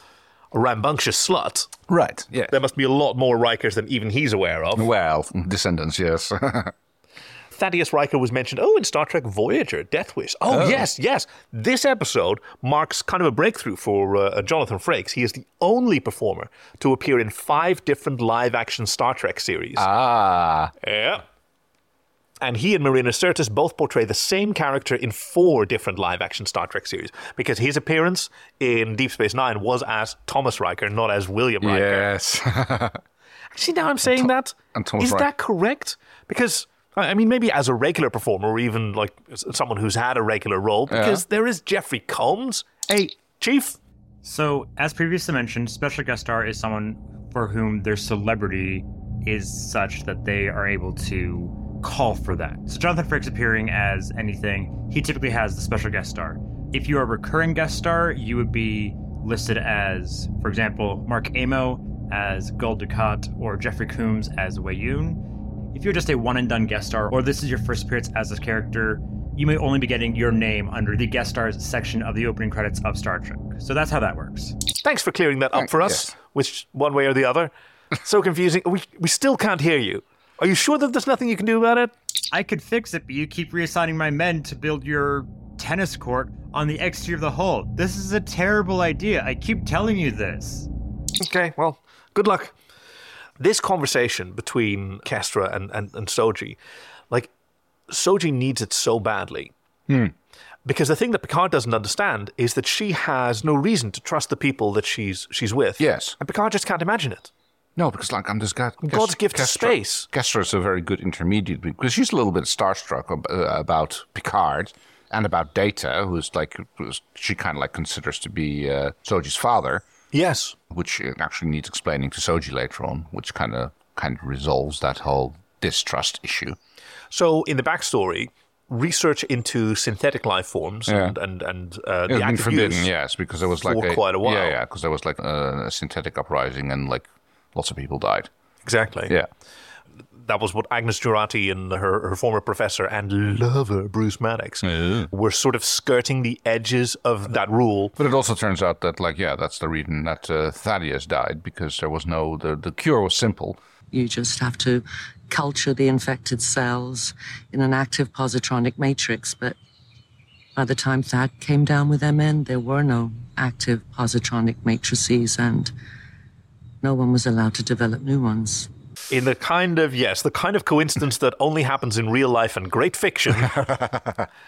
a rambunctious slut.
Right. Yeah.
There must be a lot more Rikers than even he's aware of.
Well, descendants. Yes.
Thaddeus Riker was mentioned. Oh, in Star Trek Voyager, Death Wish. Oh,
Oh.
yes, yes. This episode marks kind of a breakthrough for uh, Jonathan Frakes. He is the only performer to appear in five different live-action Star Trek series.
Ah.
Yeah. And he and Marina Sirtis both portray the same character in four different live-action Star Trek series because his appearance in Deep Space Nine was as Thomas Riker, not as William Riker.
Yes.
See, now I'm saying that.
and Thomas
Is
Reich.
that correct? Because, I I mean, maybe as a regular performer or even like s- someone who's had a regular role,
Yeah.
because there is Jeffrey Combs. Hey, Chief.
So, as previously mentioned, special guest star is someone for whom their celebrity is such that they are able to call for that. So Jonathan Frakes appearing as anything, he typically has the special guest star. If you are a recurring guest star, you would be listed as, for example, Mark Amo as Gul Dukat or Jeffrey Coombs as Wei Yun. If you're just a one and done guest star, or this is your first appearance as this character, you may only be getting your name under the guest stars section of the opening credits of Star Trek. So that's how that works.
Thanks for clearing that up for us, which one way or the other. So confusing. We, we still can't hear you. Are you sure that there's nothing you can do about it?
I could fix it, but you keep reassigning my men to build your tennis court on the exterior of the hull. This is a terrible idea. I keep telling you this.
Okay, well, good luck. This conversation between Kestra and, and, and Soji, like, Soji needs it so badly.
Hmm.
Because the thing that Picard doesn't understand is that she has no reason to trust the people that she's she's with.
Yes.
And Picard just can't imagine it.
No, because like I'm just got
God's gift to space.
Kestra's a very good intermediate because she's a little bit starstruck ab- uh, about Picard and about Data, who's like who's, she kind of like considers to be uh, Soji's father,
Yes.
which uh, actually needs explaining to Soji later on, which kind of kind of resolves that whole distrust issue.
So in the backstory, research into synthetic life forms
Yeah.
and and, and uh,
It's
the
been
active
forbidden,
use
yes, because there was like
for quite a while.
Yeah, yeah, because there was like a, a synthetic uprising and like lots of people died.
Exactly.
Yeah.
That was what Agnes Jurati and her, her former professor and lover, Bruce Maddox, were sort of skirting the edges of that rule.
But it also turns out that, like, yeah, that's the reason that uh, Thaddeus died because there was no the the cure was simple.
You just have to culture the infected cells in an active positronic matrix, but by the time Thad came down with MN, there were no active positronic matrices and no one was allowed to develop new ones.
In the kind of, yes, the kind of coincidence that only happens in real life and great fiction,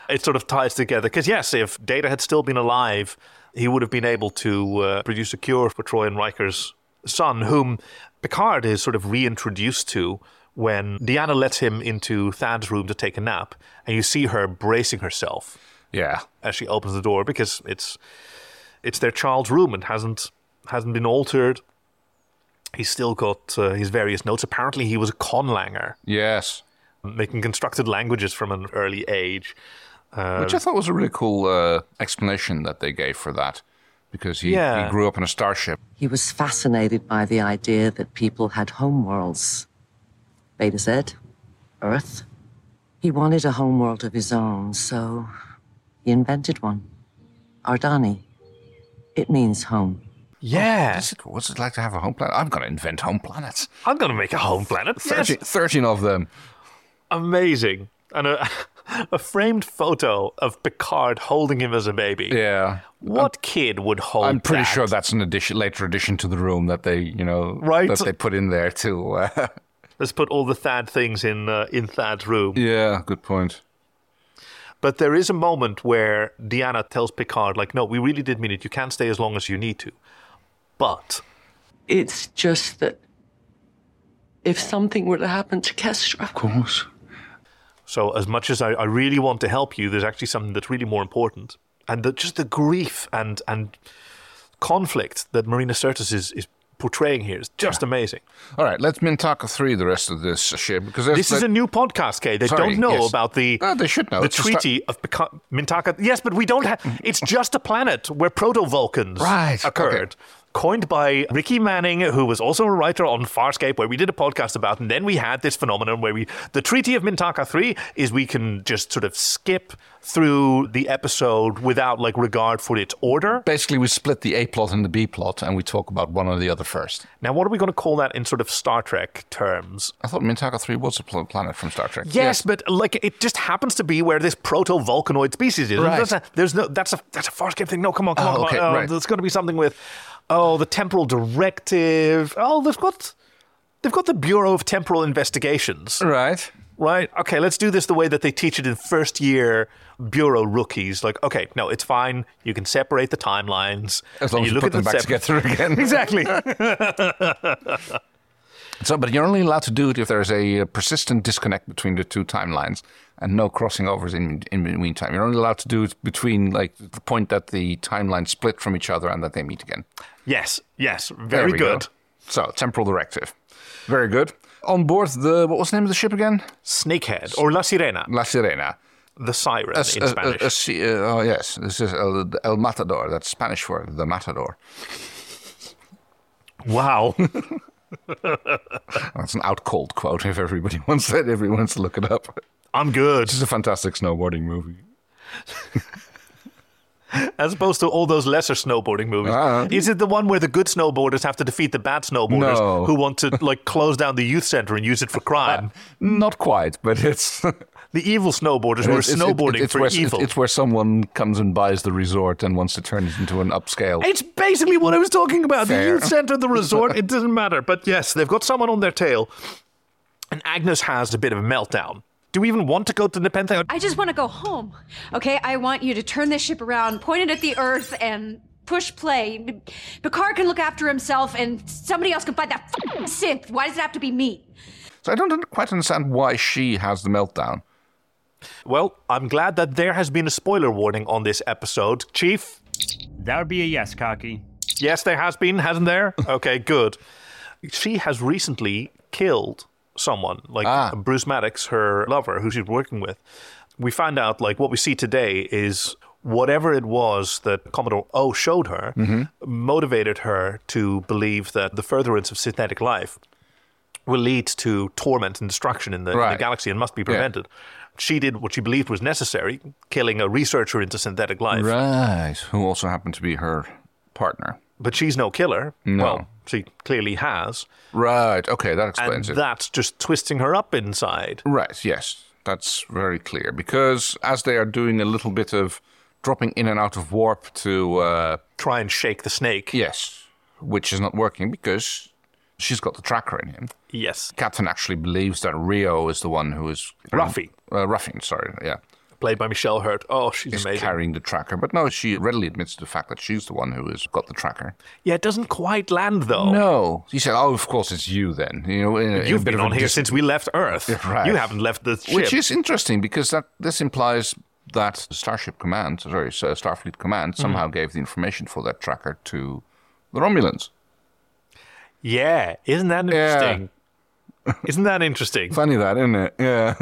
it sort of ties together. Because, yes, if Data had still been alive, he would have been able to uh, produce a cure for Troy and Riker's son, whom Picard is sort of reintroduced to when Diana lets him into Thad's room to take a nap. And you see her bracing herself
Yeah,
as she opens the door because it's it's their child's room and hasn't hasn't been altered. He's still got uh, his various notes. Apparently, he was a conlanger,
yes,
making constructed languages from an early age.
Oh,
Uh,
which I thought was a really cool uh, explanation that they gave for that because he,
Yeah.
he grew up in a starship.
He was fascinated by the idea that people had homeworlds. Beta Z, Earth. He wanted a homeworld of his own, so he invented one. Ardani. It means home.
Yeah,
what's it like to have a home planet? I'm going to invent home planets.
I'm going to make a home planet. Yes.
13, 13 of them.
Amazing, and a, a framed photo of Picard holding him as a baby.
Yeah,
what kid would hold?
I'm pretty
that?
sure that's an addition, later addition to the room that they, you know,
Right.
that they put in there too. Uh,
Let's put all the Thad things in uh, in Thad's room.
yeah, good point.
But there is a moment where Diana tells Picard, like, no, we really did mean it. You can stay as long as you need to. But
It's just that if something were to happen to Kestra,
Of course.
so, as much as I, I really want to help you, there's actually something that's really more important. And the, just the grief and, and conflict that Marina Sirtis is, is portraying here is just amazing.
All right, let's Mintaka 3 the rest of this ship because there's
This is
like-
a new podcast, Kay. They
Sorry,
don't know
yes.
about the
Uh, they should know.
the
It's a sta-
treaty of Pica- Mintaka. Yes, but we don't have. It's just a planet where proto Vulcans
Right, okay.
occurred. Coined by Ricky Manning, who was also a writer on Farscape, where we did a podcast about, and then we had this phenomenon where we the Treaty of Mintaka Three is we can just sort of skip through the episode without like regard for its order.
basically we split the A plot and the B plot, and we talk about one or the other first.
Now, what are we going to call that in sort of Star Trek terms?
I thought Mintaka Three was a pl- planet from Star Trek.
Yes, but like it just happens to be where this proto-volcanoid species is.
Right.
That's a- there's no that's a that's a Farscape thing. No, come on, come
Oh,
on, come
okay,
on.
right.
There's got to be something with oh the temporal directive. Oh, they've got they've got the Bureau of Temporal Investigations.
Right.
Right. Okay, let's do this the way that they teach it in first year bureau rookies. Like, okay, no, it's fine. You can separate the timelines.
As long
and
as you put them
the
back
separ-
together again.
Exactly.
So, but you're only allowed to do it if there's a uh, persistent disconnect between the two timelines and no crossing overs in, in the meantime. You're only allowed to do it between like the point that the timeline split from each other and that they meet again.
Yes, yes,
There
very
we go.
good.
So, temporal directive. Very good. On board the, what was the name of the ship again?
Snakehead, or La Sirena.
La Sirena.
The siren in Spanish.
oh, yes. This is El, El Matador. That's Spanish for the matador.
Wow.
That's an out cold quote if everybody wants it. Everyone wants to look it up.
I'm good.
This is a fantastic snowboarding movie.
As opposed to all those lesser snowboarding movies.
Ah.
Is it the one where the good snowboarders have to defeat the bad snowboarders
No. Ah.
who want to like close down the youth center and use it for crime?
Not quite, but it's
the evil snowboarders who are
It's- it's-
snowboarding
it's
for
where,
evil.
It's where someone comes and buys the resort and wants to turn it into an upscale.
It's basically what I was talking about. The
Fair.
youth center, the resort, it doesn't matter. But yes, they've got someone on their tail. And Agnes has a bit of a meltdown. Do we even want to go to Nepenthe?
I just want to go home. Okay, I want you to turn this ship around, point it at the Earth, and push play. Picard can look after himself, and somebody else can find that f***ing synth. Why does it have to be me?
so I don't un- quite understand why she has the meltdown.
Well, I'm glad that there has been a spoiler warning on this episode. Chief?
That would be a yes, Cocky.
Yes, there has been, hasn't there? Okay, good. She has recently killed someone, like
Ah.
uh, Bruce Maddox, her lover, who she's working with. We find out, like, what we see today is whatever it was that Commodore O showed her
Mm-hmm.
Mhm.
motivated her to believe that the furtherance of synthetic life will lead to torment and destruction in the, in the
Right.
galaxy and must be
Yeah.
prevented. She did what she believed was necessary, killing a researcher into synthetic life.
Right. Who also happened to be her partner.
But she's no killer.
No.
Well, she clearly has.
Right. Okay, that explains
and
it.
that's just twisting her up inside.
Right, yes. That's very clear. Because as they are doing a little bit of dropping in and out of warp to. Uh,
Try and shake the snake.
Yes, which is not working because she's got the tracker in him.
Yes.
Captain actually believes that Rio is the one who is.
Ruffy.
Uh, Ruffin, sorry, yeah.
Played by Michelle Hurt. Oh, she's
is
amazing.
carrying the tracker. But no, she readily admits to the fact that she's the one who has got the tracker.
Yeah, it doesn't quite land though.
No, he said, "Oh, of course it's you then." You know, in a- in a
You've
bit
been
of a
on here
dis-
since we left Earth.
Yeah, right.
You haven't left the ship.
which is interesting because that this implies that Starship Command, sorry, S- Starfleet
Mm-hmm.
Command, somehow gave the information for that tracker to the Romulans.
Yeah, isn't that interesting? Isn't that interesting?
Funny that, isn't it? Yeah.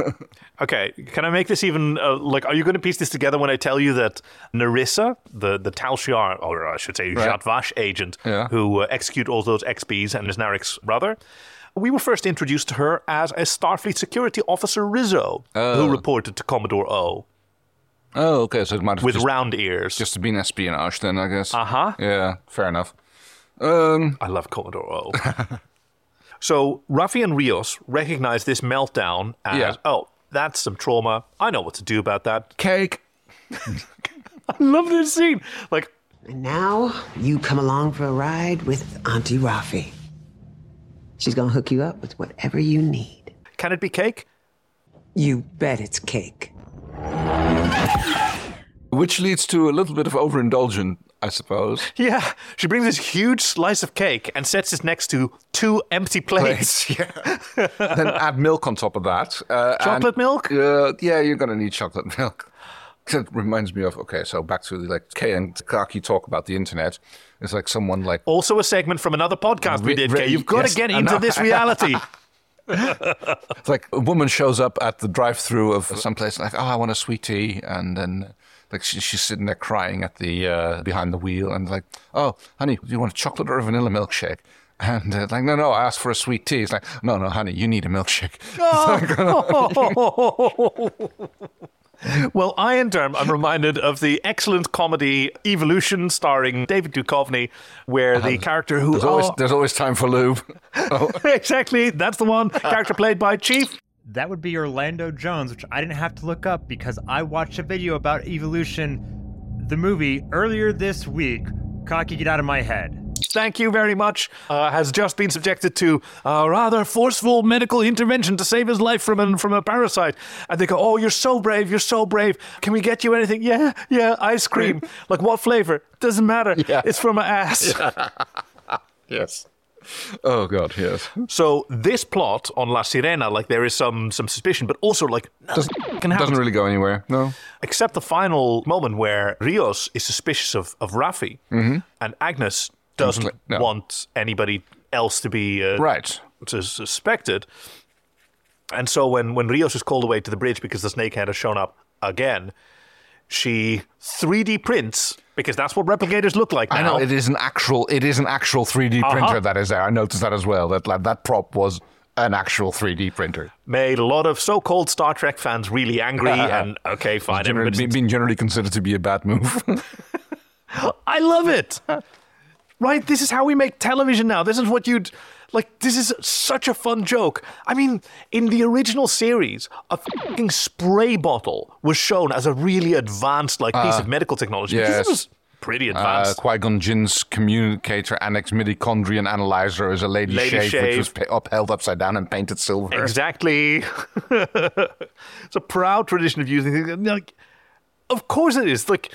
Okay, can I make this even uh, like? Are you going to piece this together when I tell you that Narissa, the the Tal Shiar, or I should say
Right.
Jatvash agent,
Yeah.
who uh, execute all those XBs and is Narek's brother, we were first introduced to her as a Starfleet security officer Rizzo,
Oh.
who reported to Commodore O
Oh, okay. So it might have
with Uh-huh.
just,
round ears.
just been espionage then, I guess. Uh
huh.
Yeah, fair enough. Um,
I love Commodore O. so Ruffy and Rios recognize this meltdown as,
Yeah.
oh, that's some trauma. I know what to do about that.
Cake.
I love this scene. Like,
And now you come along for a ride with Auntie Rafi. She's gonna hook you up with whatever you need.
Can it be cake?
You bet it's cake.
Which leads to a little bit of overindulgent, I suppose.
Yeah, she brings this huge slice of cake and sets it next to two empty plates.
then add milk on top of that. Uh,
Chocolate
milk? Uh, yeah, you're going to need chocolate milk. That reminds me of okay, so back to the like Kay and Kaki talk about the internet. It's like someone like
Also, a segment from another podcast we
Re-
did,
re-
Kay. You've got
yes,
to get
I
into
know.
this reality.
it's like a woman shows up at the drive-through of someplace like oh I want a sweet tea and then like she, she's sitting there crying at the uh, behind the wheel and like oh honey do you want a chocolate or a vanilla milkshake and uh, like no no I asked for a sweet tea it's like no no honey you need a milkshake
well, I, in turn, I'm reminded of the excellent comedy Evolution starring David Duchovny, where the character who.
Uh-huh. there's always
oh,
there's always time for lube
exactly, that's the one. Character played by Chief.
That would be Orlando Jones, which I didn't have to look up because I watched a video about Evolution, the movie, earlier this week. Cocky, get out of my head.
Thank you very much. Uh, has just been subjected to a rather forceful medical intervention to save his life from a, from a parasite. And they go, Oh, you're so brave. You're so brave. Can we get you anything? Yeah, yeah, ice cream. like, what flavor? Doesn't matter. It's from my ass.
yes oh god yes
So this plot on La Sirena, like there is some some suspicion, but also like nothing can happen.
doesn't really go anywhere no
Except the final moment where Rios is suspicious of, of Rafi
Mhm.
and Agnes doesn't
Completely- no.
want anybody else to be uh,
right
to suspected. And so when when Rios is called away to the bridge because the snakehead has shown up again, she 3D prints because that's what replicators look like. Now.
I know it is an actual it is an actual 3D
Uh-huh.
printer that is there. I noticed that as well. That like, that prop was an actual 3D printer.
made a lot of so-called Star Trek fans really angry. and okay, fine,
It's generally-
everybody's-
being generally considered to be a bad move.
I love it. Right, this is how we make television now. This is what you'd like. This is such a fun joke. I mean, in the original series, a fucking spray bottle was shown as a really advanced, like, piece
Uh,
of medical technology.
yes.
This was pretty
Uh,
advanced.
Qui Gon Jinn's communicator annex mitochondrian analyzer is a lady,
Lady
shave,
shave.
which was pa- up, held upside down and painted silver.
Exactly. it's a proud tradition of using things. Like, of course it is. Like,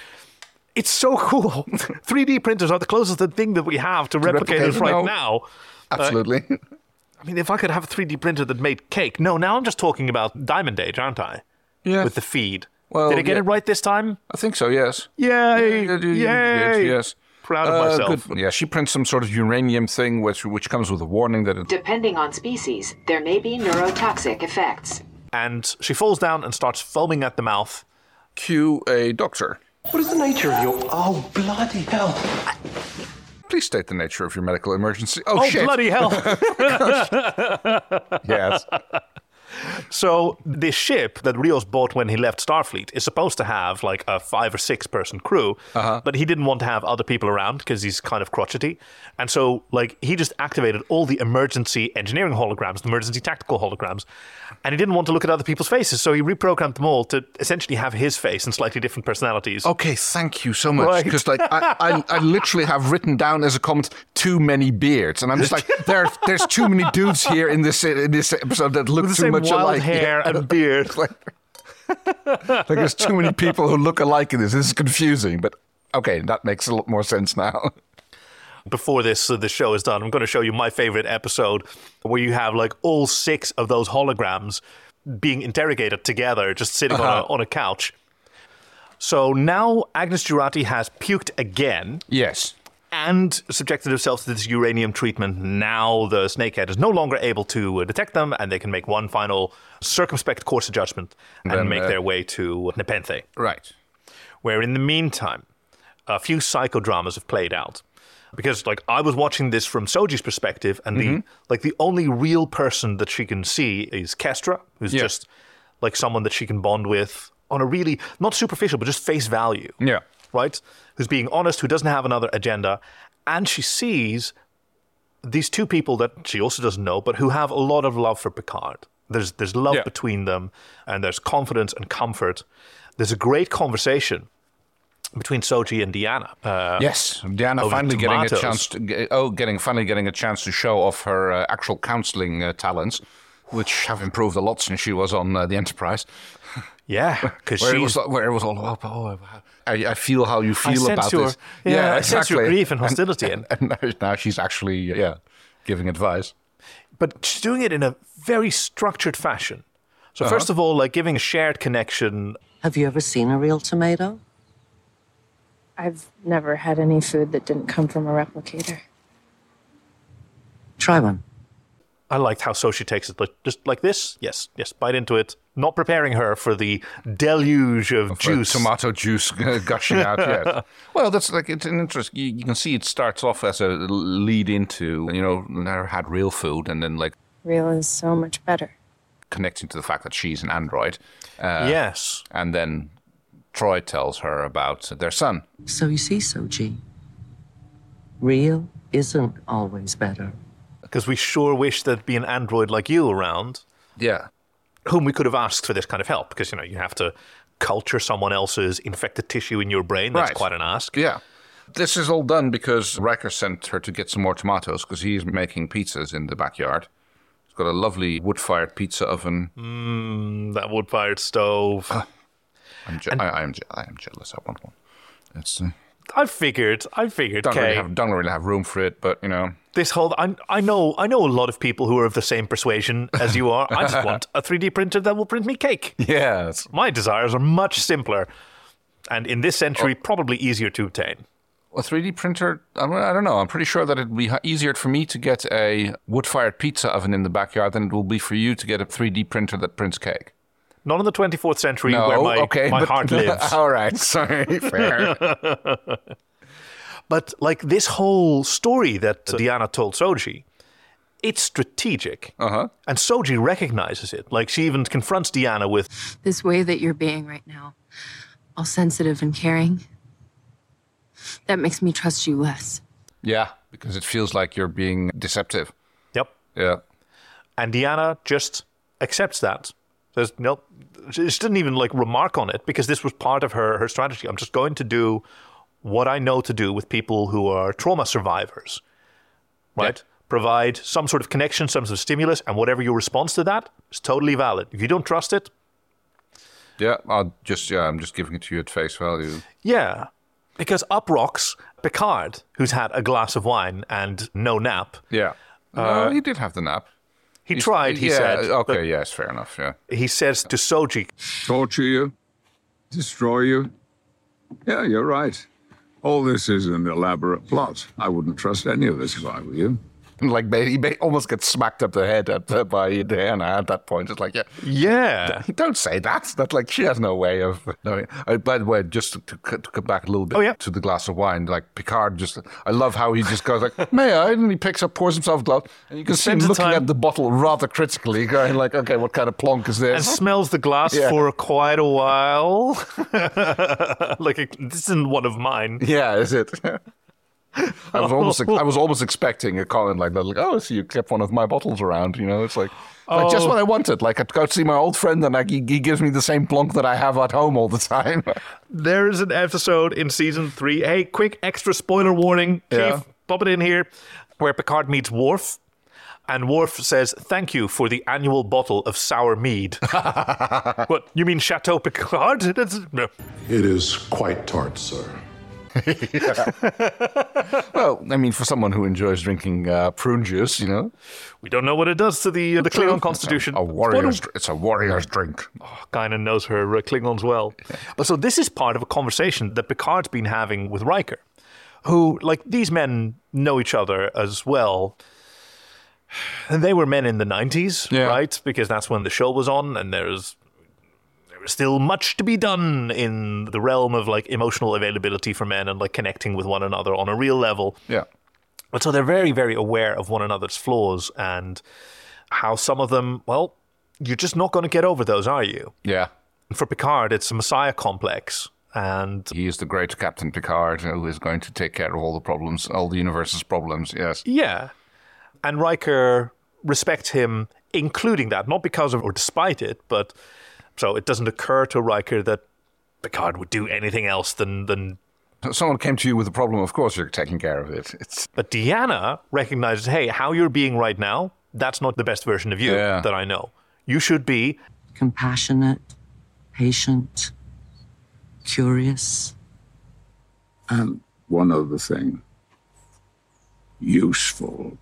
it's so cool. 3D printers are the closest thing that we have to replicators
replicators,
right
no.
now.
Absolutely.
I mean, if I could have a 3D printer that made cake. No, now I'm just talking about Diamond Age, aren't I?
Yeah.
With the feed.
Well,
Did I get
yeah.
it right this time?
I think so. Yes.
Yay!
Yeah, you- you
Yay!
did, yes.
Proud of
Uh,
myself.
good. Yeah, she prints some sort of uranium thing, which which comes with a warning that it
Depending on species, there may be neurotoxic effects.
And she falls down and starts foaming at the mouth.
Cue a doctor.
What is the nature of your. Oh, bloody hell.
Please state the nature of your medical emergency. Oh,
Oh,
shit.
bloody hell.
yes.
So this ship that Rios bought when he left Starfleet is supposed to have like a five or six person crew,
Uh-huh.
but he didn't want to have other people around because he's kind of crotchety, and so like he just activated all the emergency engineering holograms, the emergency tactical holograms, and he didn't want to look at other people's faces, so he reprogrammed them all to essentially have his face and slightly different personalities.
Okay, thank you so much.
Right.
Because like I, I, I literally have written down as a comment too many beards, and I'm just like there, there's too many dudes here in this in this episode that look
With the
too
same
much
wild
alike.
hair
Yeah.
and beard.
Like there's too many people who look alike in this. This is confusing, but okay, that makes a lot more sense now.
before this uh, the show is done, I'm going to show you my favorite episode where you have like all six of those holograms being interrogated together, just sitting on,
Uh-huh.
a, on a couch. So now Agnes Jurati has puked again
Yes.
and subjected herself to this uranium treatment. Now the snakehead is no longer able to uh, detect them, and they can make one final circumspect course of judgment and
Then,
make
uh,
their way to Nepenthe
Right.
where in the meantime, a few psychodramas have played out. Because like I was watching this from Soji's perspective, and the
Mhm.
like the only real person that she can see is Kestra, who's
Yeah.
just like someone that she can bond with on a really not superficial, but just face value.
Yeah.
Right? Who's being honest, who doesn't have another agenda, and she sees these two people that she also doesn't know, but who have a lot of love for Picard. There's there's love
Yeah.
between them, and there's confidence and comfort. There's a great conversation between Soji and Deanna. Uh,
yes, Diana
over
finally getting a
tomatoes.
chance. To, ge- oh, getting finally getting a chance to show off her uh, actual counseling uh, talents, which have improved a lot since she was on uh, the Enterprise.
Yeah, because
Where it,
she's
was, where it was all about, oh, I, I feel how you
I
feel
sense
about
your-
this.
yeah, I sense your grief and hostility
And, and, now she's actually, yeah, giving advice.
but she's doing it in a very structured fashion. So
Uh-huh.
first of all, like giving a shared connection.
Have you ever seen a real tomato?
I've never had any food that didn't come from a replicator.
Try one.
I liked how Soji takes it, like just like this. Yes, yes, bite into it. Not preparing her for the deluge of,
Uh,
juice.
tomato juice gushing out. Yes. Well, that's like it's an interest. You, you can see it starts off as a lead into you know never had real food, and then like
Real is so much better.
connecting to the fact that she's an android. Uh,
yes.
And then Troy tells her about their son.
So you see, Soji, real isn't always better.
because we sure wish there'd be an android like you around.
Yeah.
Whom we could have asked for this kind of help, because you know you have to culture someone else's infected tissue in your brain. That's
Right.
quite an ask.
Yeah. This is all done because Riker sent her to get some more tomatoes because he's making pizzas in the backyard. He's got a lovely wood fired pizza oven.
Mm, that wood fired stove.
I'm, je- I, I am je- I am jealous. I want one. It's, uh,
I figured. I figured.
don't, really
Okay.
have, don't really have room for it, but you know.
This whole I, I know I know a lot of people who are of the same persuasion as you are. I just want a 3D printer that will print me cake.
Yes. Oh.
My desires are much simpler, and in this century, probably easier to obtain.
Well, a 3D printer. I don't I don't know. I'm pretty sure that it'd be h- easier for me to get a wood fired pizza oven in the backyard than it will be for you to get a 3D printer that prints cake.
Not in the 24th century
No,
where my,
okay,
my
but-
heart lives.
all right, sorry, fair.
but like this whole story
Uh-huh.
that uh, Diana told Soji, it's strategic.
Uh-huh.
And Soji recognizes it. Like she even confronts Diana with,
This way that you're being right now, all sensitive and caring, that makes me trust you less.
Yeah, because it feels like you're being deceptive.
Yep.
Yeah.
and Diana just accepts that. Says no, she she didn't even like remark on it because this was part of her her strategy. I'm just going to do what I know to do with people who are trauma survivors, right? Provide some sort of connection, some sort of stimulus, and whatever your response to that is totally valid. If you don't trust it,
Yeah, I'll just yeah, I'm just giving it to you at face value.
Yeah, because up rocks Picard, who's had a glass of wine and no nap.
Yeah. Uh, no, he did have the nap.
He tried, he
yeah,
said.
Okay, yes, fair enough. Yeah.
He says to Soji,
torture you, destroy you. Yeah, you're right. All this is an elaborate plot. I wouldn't trust any of this if I were you.
Like ba- he ba- almost gets smacked up the head at, by Diana at that point. It's like, yeah,
yeah.
Don't say that. That like she has no way of knowing. Uh, by the way, just to, to, c- to come back a little bit to the glass of wine, like Picard just, I love how he just goes like, "May I?" and he picks up, pours himself a glass, and you can see him
Spends the
looking
time-
at the bottle rather critically, going like, "Okay, what kind of plonk is this?"
and smells the glass
Yeah.
for quite a while. like, this isn't one of mine.
Yeah, is it? I was almost I was almost expecting a comment like that, like, oh, so you kept one of my bottles around, you know? It's like, like just
Oh.
what I wanted. Like I'd go see my old friend, and like, he, he gives me the same plonk that I have at home all the time.
There is an episode in season three. Hey, quick extra spoiler warning. Chief,
Yeah.
pop it in here. Where Picard meets Worf. And Worf says, Thank you for the annual bottle of sour mead. what? You mean Chateau Picard? That's, no.
It is quite tart, sir.
well, I mean, for someone who enjoys drinking uh, prune juice, you know,
We don't know what it does to the uh, the Klingon Constitution.
a warrior's dr- it's a warrior's drink.
Oh, Guinan knows her uh, Klingons well. But so this is part of a conversation that Picard's been having with Riker, who, like, these men know each other as well. And they were men in the 90s, right? Because that's when the show was on, and there's there was still much to be done in the realm of like emotional availability for men and like connecting with one another on a real level.
Yeah.
But so they're very, very aware of one another's flaws and how some of them, well, you're just not going to get over those, are you?
Yeah.
And for Picard, it's a messiah complex. And
he is the great Captain Picard who is going to take care of all the problems, all the universe's problems. Yes.
Yeah. And Riker respects him, including that, not because of or despite it, but so it doesn't occur to Riker that Picard would do anything else than than
someone came to you with a problem, of course you're taking care of it. It's
But Deanna recognizes, hey, how you're being right now, that's not the best version of you
Yeah.
that I know. You should be
compassionate, patient, curious.
And one other thing useful.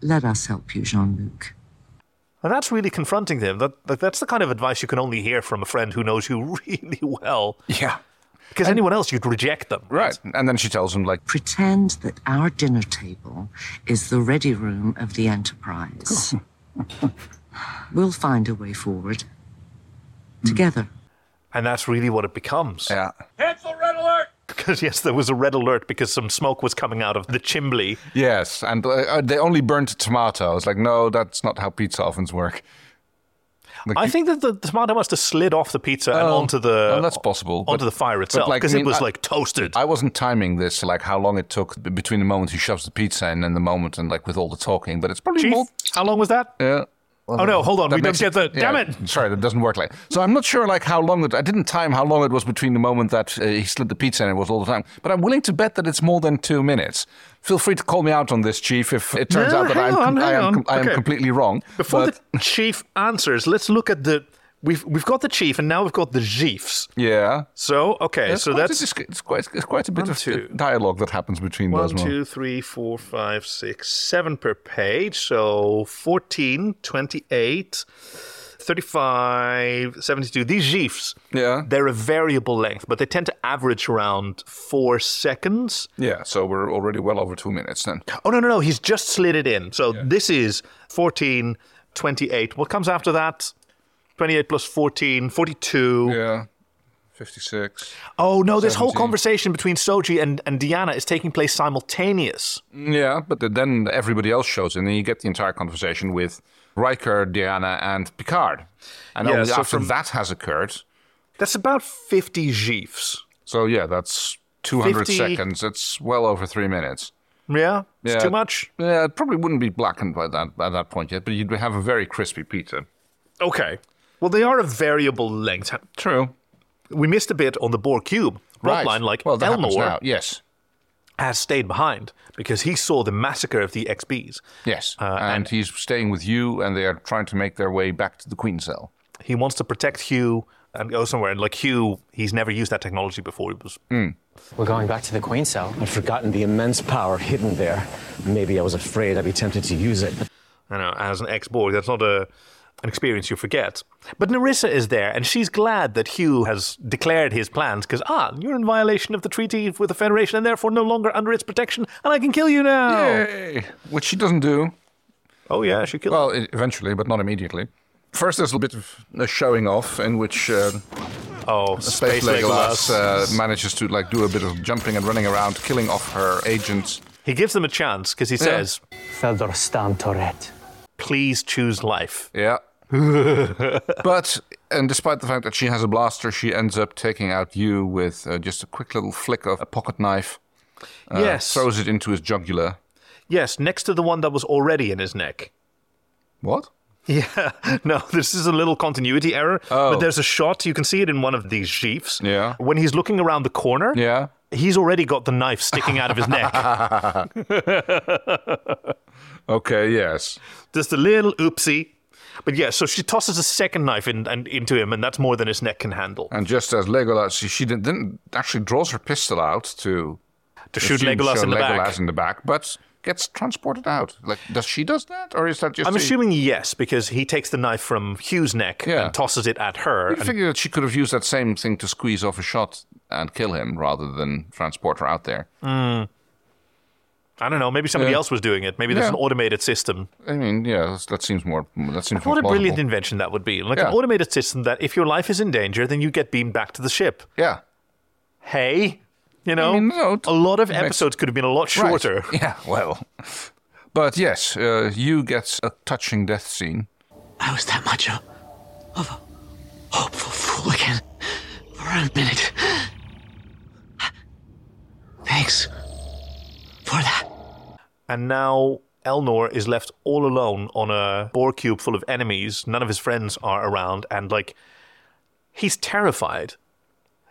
Let us help you, Jean Luc.
And that's really confronting them. That, that that's the kind of advice you can only hear from a friend who knows you really well.
Yeah.
Because anyone else, you'd reject them.
Right. And then she tells him, like,
Pretend that our dinner table is the ready room of the Enterprise. we'll find a way forward. Together.
Hmm.
And that's really what it becomes.
Yeah.
Cancel red alert!
Because, yes, there was a red alert because some smoke was coming out of the chimbley.
yes, and uh, uh, they only burnt tomatoes. Like, no, that's not how pizza ovens work.
I think that the tomato must have slid off the pizza and
Oh,
onto the
well, that's possible
onto
but-
the fire
but,
itself
like, I
because
mean,
it was
I-
like toasted.
I wasn't timing this, like how long it took b- between the moment he shoves the pizza in and the moment, and like with all the talking. But it's probably
Chief,
more.
how long was that?
Yeah.
Oh, no, hold on,
That
we don't
makes
get the- damn
Sorry, that doesn't work like. So I'm not sure like how long it. I didn't time how long it was between the moment that uh, he slid the pizza in and it was all the time. But I'm willing to bet that it's more than two minutes. Feel free to call me out on this, Chief, if it turns
No,
out that
hang
I'm com-
on,
I
hang
am
on.
com- I am
Okay.
completely wrong.
Before
but,
the chief answers, let's look at the we've we've got the chief and now we've got the chiefs.
yeah.
So okay,
It's
so
quite a
that's
dis- it's quite it's quite a bit
One,
of uh,
two.
dialogue that happens between those
One,
moments.
two, three, four, five, six, seven per page. So 14, 28, 35, 72. These GIFs, yeah. they're a variable length, but they tend to average around four seconds.
Yeah, so we're already well over two minutes then.
Oh, no, no, no. He's just slid it in. So this is 14, 28. What comes after that? 28 plus 14, 42.
Yeah. 56.
Oh, no, this whole
17.
conversation between Soji and, and Diana is taking place simultaneous.
Mm, Yeah, but th- then everybody else shows in, and you get the entire conversation with Riker, Diana, and Picard. And
Yeah,
only
so
after
from-
that has occurred.
That's about 50 GIFs.
So, yeah, that's 200
50
seconds. That's well over three minutes.
Yeah?
Yeah,
It's too much?
Yeah, it probably wouldn't be blackened by that by that point yet, but you'd have a very crispy pizza.
Okay. Well, they are a variable length.
True.
We missed a bit on the Bohr cube.
Right.
Plotline, like
Well, that happens
Elnor
now, yes.
has stayed behind because he saw the massacre of the XBs.
Yes.
Uh,
and, he's staying with you, and they are trying to make their way back to the Queen Cell.
He wants to protect Hugh and go somewhere. And like Hugh, he's never used that technology before. He was
Mm.
We're going back to the Queen Cell.
I'd forgotten the immense power hidden there. Maybe I was afraid I'd be tempted to use it, but
you know, as an ex-Borg, that's not a an experience you forget. But Narissa is there, and she's glad that Hugh has declared his plans because ah, you're in violation of the treaty with the Federation, and therefore no longer under its protection, and I can kill you now.
Yay! Which she doesn't do.
Oh yeah, she kills.
Well, e- eventually, but not immediately. First, there's a bit of a showing off in which uh,
oh, Space Legolas.
uh, manages to like do a bit of jumping and running around, killing off her agents.
He gives them a chance because he
Yeah.
says, "Fedor Tourette, please choose life."
Yeah. but and despite the fact that she has a blaster, she ends up taking out you with uh, just a quick little flick of a pocket knife. Uh,
Yes.
Throws it into his jugular.
Yes, next to the one that was already in his neck.
What?
Yeah, no, this is a little continuity error. But there's a shot, you can see it in one of these sheaves.
Oh. Yeah.
When he's looking around the corner,
yeah.
he's already got the knife sticking out of his neck.
okay, yes.
Just a little oopsie. But yeah, so she tosses a second knife in, and into him, and that's more than his neck can handle.
And just as Legolas, she, she didn't, didn't actually draws her pistol out to
To shoot
she
Legolas
shot
in the
Legolas
back.
in the back, but gets transported out. Like, does she does that, or is that just?
I'm
a-
assuming yes, because he takes the knife from Hugh's neck
Yeah.
and tosses it at her.
I
and-
figure that she could have used that same thing to squeeze off a shot and kill him rather than transport her out there.
Mm. I don't know. Maybe somebody
Yeah.
else was doing it. Maybe there's
Yeah.
an automated system.
I mean, yeah, that's, that seems more. That seems
What
more
a brilliant
plausible.
invention that would be. Like
Yeah.
an automated system that if your life is in danger, then you get beamed back to the ship.
Yeah.
Hey, you know, a lot of episodes could have been a lot
Right.
shorter.
Yeah, well. But yes, uh, you get a touching death scene.
I was that much of, of a hopeful fool again for a minute. Thanks for that.
And now Elnor is left all alone on a Boar cube full of enemies. None of his friends are around, and like, he's terrified.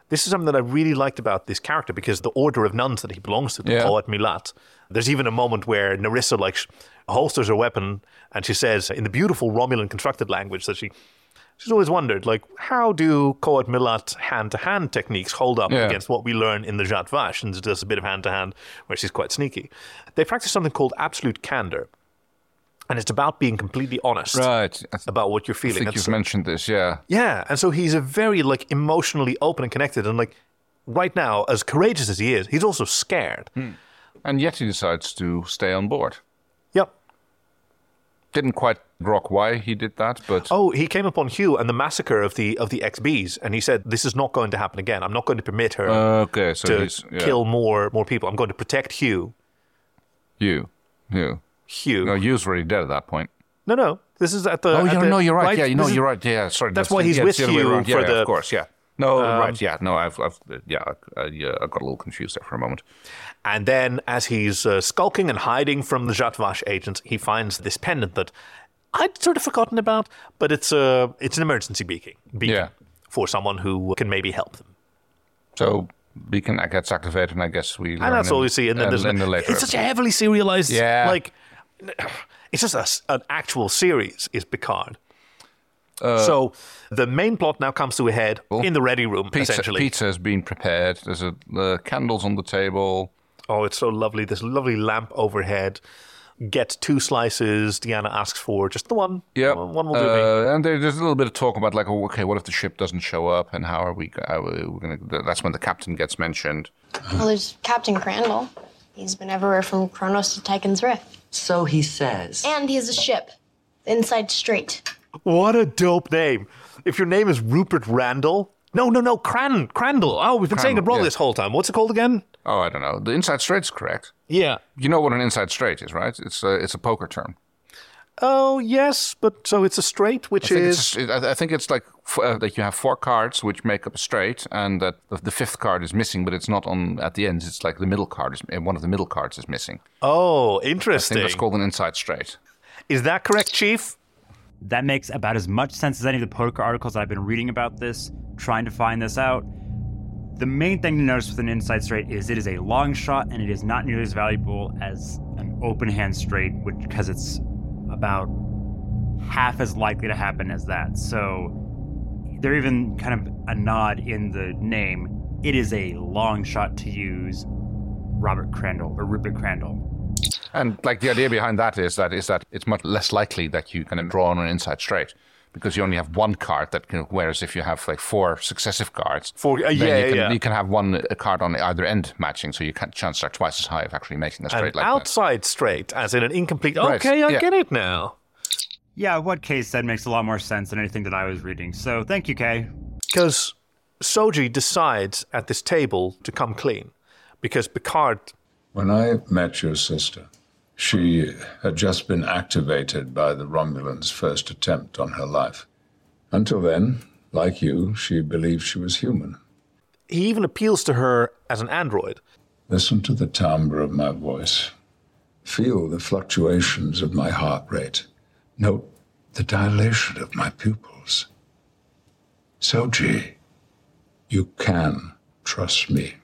This is something that I really liked about this character because the order of nuns that he belongs to, the
Yeah.
Tawat Milat. There's even a moment where Narissa like sh- holsters her weapon, and she says in the beautiful Romulan constructed language that she. She's always wondered, like, how do Koat Milat hand-to-hand techniques hold up
Yeah.
against what we learn in the Jat Vash? And there's a bit of hand-to-hand where she's quite sneaky. They practice something called absolute candor, and it's about being completely honest
Right. I
about what you're feeling.
think
And
you've
so-
mentioned this, yeah.
yeah, and so he's a very like emotionally open and connected, and like right now, as courageous as he is, he's also scared.
Hmm. And yet he decides to stay on board.
Yep.
Didn't quite grok why he did that, but
Oh, he came upon Hugh and the massacre of the of the XBs, and he said, "This is not going to happen again. I'm not going to permit her
Uh, okay, so
to
he's- yeah.
kill more more people. I'm going to protect Hugh."
you, you,
Hugh.
No, you's already dead at that point.
No, no, this is at the.
oh,
Uh, at
you're,
the-
no, you're right. Yeah, you know,
This is-
you're right. Yeah, sorry.
That's why he's
yeah, it's
with
the other way
Hugh
around. Yeah,
for
yeah,
the.
of course. Yeah. No,
Um,
right. Yeah. No, I've, I've yeah, I, yeah, I got a little confused there for a moment.
And then, as he's uh, skulking and hiding from the Jatvash agents, he finds this pendant that I'd sort of forgotten about, but it's a it's an emergency beacon, beacon
Yeah.
for someone who can maybe help them.
So beacon that gets activated, and I guess we. learn
And that's
in-
all you see. And then
uh,
there's
in the
an,
later.
it's such a heavily serialized,
Yeah.
like it's just a s an actual series is Picard.
Uh,
so the main plot now comes to a head in the ready room,
pizza,
essentially.
pizza has been prepared. There's a, uh, candles on the table.
Oh, it's so lovely. This lovely lamp overhead. get two slices. Deanna asks for just the one.
Yeah,
one will do me.
uh, and there- there's a little bit of talk about like, oh, okay, what if the ship doesn't show up, and how are we? How are we gonna? That's when the captain gets mentioned.
Well, there's Captain Crandall. He's been everywhere from Kronos to Titan's Rift.
So he says.
And he has a ship. Inside Straight.
What a dope name! If your name is Rupert Randall, no, no, no, Cran Crandall. Oh, we've been saying it
Crandall,
wrong
yeah.
this whole time. What's it called again?
Oh, I don't know. The inside straight's correct.
Yeah.
You know what an inside straight is, right? It's a it's a poker term.
Oh yes, but so it's a straight,
I
which
think
is
it's, I I think it's like f- uh, that you have four cards which make up a straight, and that the, the fifth card is missing, but it's not on at the end. It's like the middle card is uh, one of the middle cards is missing.
oh
I think
interesting.
that's called an inside straight.
Is that correct, Chief?
That makes about as much sense as any of the poker articles that I've been reading about this, trying to find this out. The main thing to notice with an inside straight is it is a long shot and it is not nearly as valuable as an open hand straight, which because it's about half as likely to happen as that. So they're even kind of a nod in the name. It is a long shot to use Robert Crandall or Rupert Crandall.
And like the idea behind that is that is that it's much less likely that you can draw on an inside straight because you only have one card that can. Whereas if you have like four successive cards,
four uh, yeah,
you can,
yeah.
you can have one uh, card on either end matching, so your can- chances are twice as high of actually making a straight
An
like that.
outside straight, as in an incomplete.
Right,
Okay, I
yeah.
get it now.
Yeah, what Kay said makes a lot more sense than anything that I was reading. So thank you, Kay.
Because Soji decides at this table to come clean, because Picard.
When I met your sister, she had just been activated by the Romulan's first attempt on her life. Until then, like you, she believed she was human.
He even appeals to her as an android.
Listen to the timbre of my voice. Feel the fluctuations of my heart rate. Note the dilation of my pupils. Soji, you can trust me.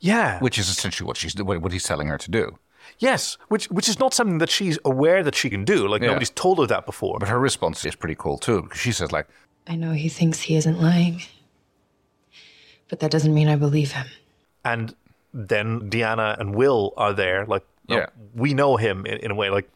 Yeah.
Which is essentially what she's what what he's telling her to do.
Yes, which which is not something that she's aware that she can do. Like
Yeah.
nobody's told her that before.
But her response is pretty cool too because she says like,
I know he thinks he isn't lying, but that doesn't mean I believe him.
And then Deanna and Will are there. Like, no,
Yeah.
we know him in, in a way. Like,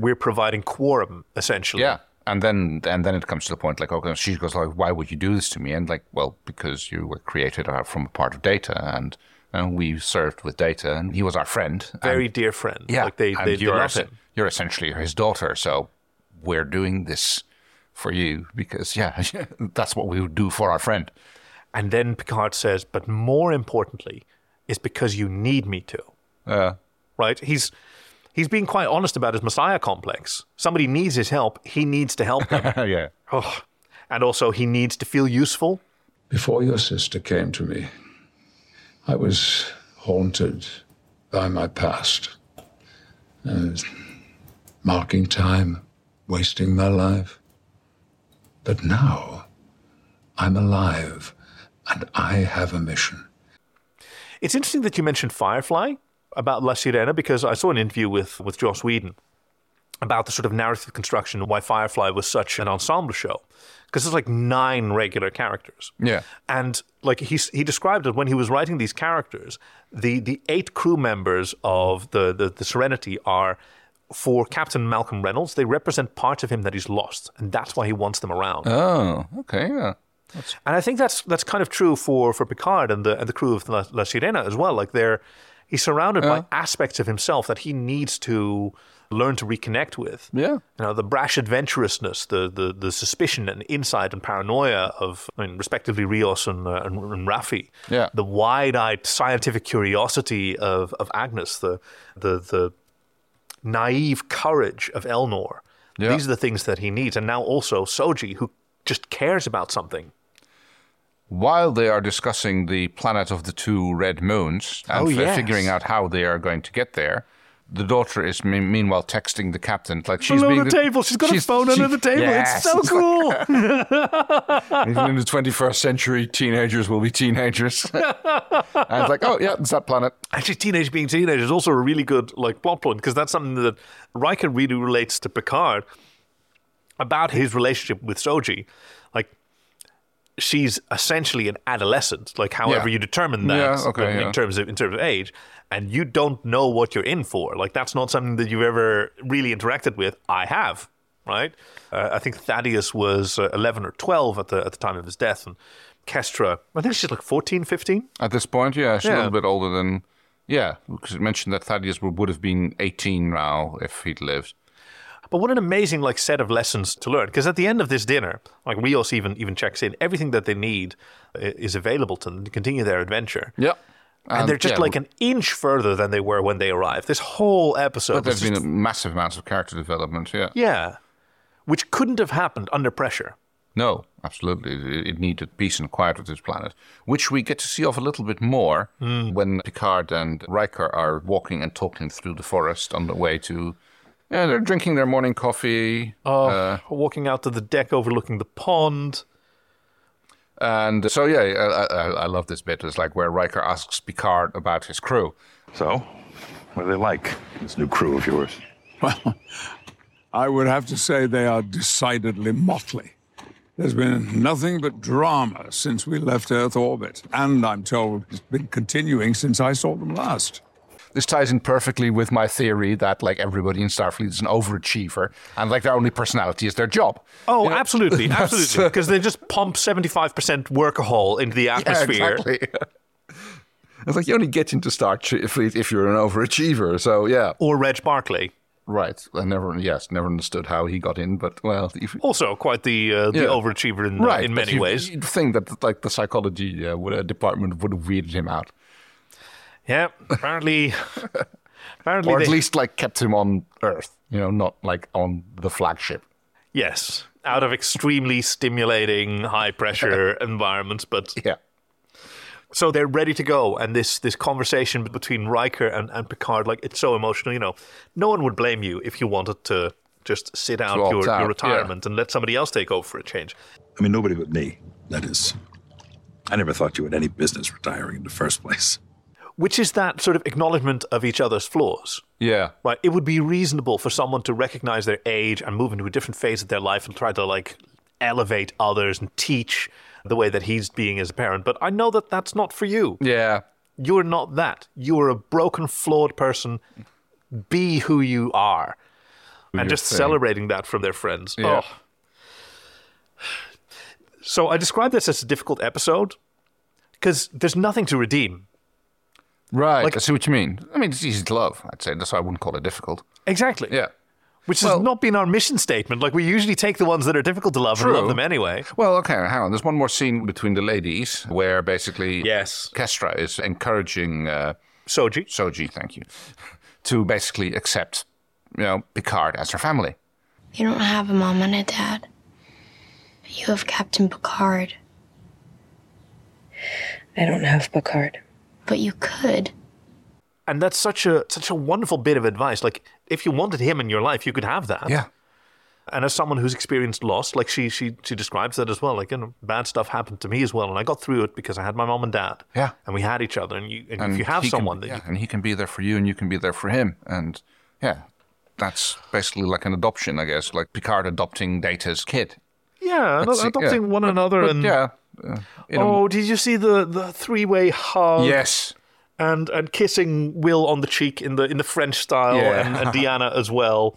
we're providing quorum essentially.
yeah. And then, and then it comes to the point like, okay, she goes like, why would you do this to me? And like, well, because you were created uh, from a part of data, and, and we served with data, and he was our friend,
Very dear friend.
Yeah,
Like they
and
they, they
you're,
love
essen-
him.
you're essentially his daughter, so we're doing this for you because yeah, that's what we would do for our friend.
And then Picard says, but more importantly, is because you need me to.
Uh,
Right? He's he's being quite honest about his messiah complex. Somebody needs his help. He needs to help them.
yeah.
Oh. And also, he needs to feel useful.
Before your sister came to me, I was haunted by my past. I was marking time, wasting my life. But now, I'm alive, and I have a mission.
It's interesting that you mentioned Firefly about La Sirena because I saw an interview with, with Joss Whedon about the sort of narrative construction and why Firefly was such an ensemble show. Because there's like nine regular characters.
Yeah.
And like he, s- he described it when he was writing these characters, the, the eight crew members of the, the, the Serenity are for Captain Malcolm Reynolds, they represent parts of him that he's lost. And that's why he wants them around.
Oh, okay. Yeah.
And I think that's that's kind of true for, for Picard and the and the crew of La, La Sirena as well. Like they're he's surrounded by aspects of himself that he needs to learn to reconnect with.
Yeah.
You know, the brash adventurousness, the the, the suspicion and insight and paranoia of I mean, respectively Rios and, uh, and and Rafi.
Yeah.
The wide-eyed scientific curiosity of, of Agnes, the the the naive courage of Elnor.
Yeah.
These are the things that he needs. And now also Soji, who just cares about something.
While they are discussing the planet of the two red moons and
Oh,
fi-
yes.
figuring out how they are going to get there, the daughter is me- meanwhile texting the captain like she's
below
being
the, table. She's got
she's-
a phone under
she-
the table.
Yes.
It's so cool.
Even in the 21st century, teenagers will be teenagers. and it's like, oh, yeah, it's that planet.
Actually, teenage being teenage is also a really good like plot point because that's something that Riker really relates to Picard about his relationship with Soji. Like she's essentially an adolescent, like however
Yeah.
you determine that
Yeah, okay,
in
yeah.
terms of in terms of age, and you don't know what you're in for. Like that's not something that you've ever really interacted with. I have, right? Uh, I think Thaddeus was uh, 11 or 12 at the at the time of his death, and Kestra, I think she's like 14, 15.
At this point, yeah, she's
Yeah.
a little bit older than. Yeah, because it mentioned that Thaddeus would would have been 18 now if he'd lived.
But what an amazing like set of lessons to learn. Because at the end of this dinner, like Rios even even checks in. Everything that they need i- is available to them to continue their adventure.
Yeah.
And, they're just like an inch further than they were when they arrived. This whole episode
But
was
there's been
just-
a massive amounts of character development, yeah.
yeah, which couldn't have happened under pressure.
No, absolutely. It- It needed peace and quiet with this planet, which we get to see off a little bit more
Hmm.
when Picard and Riker are walking and talking through the forest on the way to. Yeah, they're drinking their morning coffee.
Oh,
uh,
walking out to the deck overlooking the pond.
And so, yeah, I, I, I love this bit. It's like where Riker asks Picard about his crew.
So, what are they like, this new crew of yours?
I would have to say they are decidedly motley. There's been nothing but drama since we left Earth orbit, and I'm told it's been continuing since I saw them last.
This ties in perfectly with my theory that like everybody in Starfleet is an overachiever, and like their only personality is their job.
Oh,
You know?
absolutely,
That's- uh,
absolutely. Because they just pump seventy five percent workahol into the atmosphere.
exactly. It's like you only get into Starfleet if you're an overachiever. So yeah,
or Reg Barkley.
Right. I never, yes, never understood how he got in, but well, if,
Also, quite the uh, the
Yeah.
overachiever in
right.
in
but
many
you-
ways.
you'd think that like the psychology uh, would, uh, department would have weirded him out,
Yeah, apparently, apparently,
or at
they-
least like kept him on Earth. You know, not like on the flagship.
yes, out of extremely stimulating, high pressure environments. But
yeah,
so they're ready to go, and this this conversation between Riker and, and Picard, like it's so emotional. You know, no one would blame you if you wanted to just sit out
opt
your,
out, yeah.
your retirement and let somebody else take over for a change.
I mean, nobody but me, that is. I never thought you had any business retiring in the first place.
Which is that sort of acknowledgement of each other's flaws.
Yeah.
Right. It would be reasonable for someone to recognize their age and move into a different phase of their life and try to like elevate others and teach the way that he's being as a parent. But I know that that's not for you.
Yeah.
You're not that. You are a broken, flawed person. Be who you are.
Who
and
you're
just
saying.
celebrating that from their friends.
Yeah.
Oh. So I describe this as a difficult episode because there's nothing to redeem.
Right.
Like-
I see what you mean. I mean, it's easy to love. I'd say that's why I wouldn't call it difficult.
Exactly.
Yeah.
Which has not been our mission statement. Like, we usually take the ones that are difficult to love and love them anyway.
Well, okay, hang on. There's one more scene between the ladies where basically
yes,
Kestra is encouraging uh,
Soji.
Soji, thank you, to basically accept, you know, Picard as her family.
You don't have a mom and a dad. But you have Captain Picard.
I don't have Picard.
But you could.
And that's such a such a wonderful bit of advice. Like, if you wanted him in your life, you could have that.
Yeah.
And as someone who's experienced loss, like she she she describes that as well. Like, you know, bad stuff happened to me as well, and I got through it because I had my mom and dad.
Yeah.
And we had each other. And you and,
And
if you have
he can-
someone that
yeah,
you
and he can be there for you, and you can be there for him, and yeah, that's basically like an adoption, I guess, like Picard adopting Data's kid.
yeah,
That's it,
adopting
yeah.
one
But-
another
but
and
yeah, uh, you know,
oh, did you see the the three way hug?
Yes.
And and kissing Will on the cheek in the in the French style,
Yeah.
and, and Deanna as well.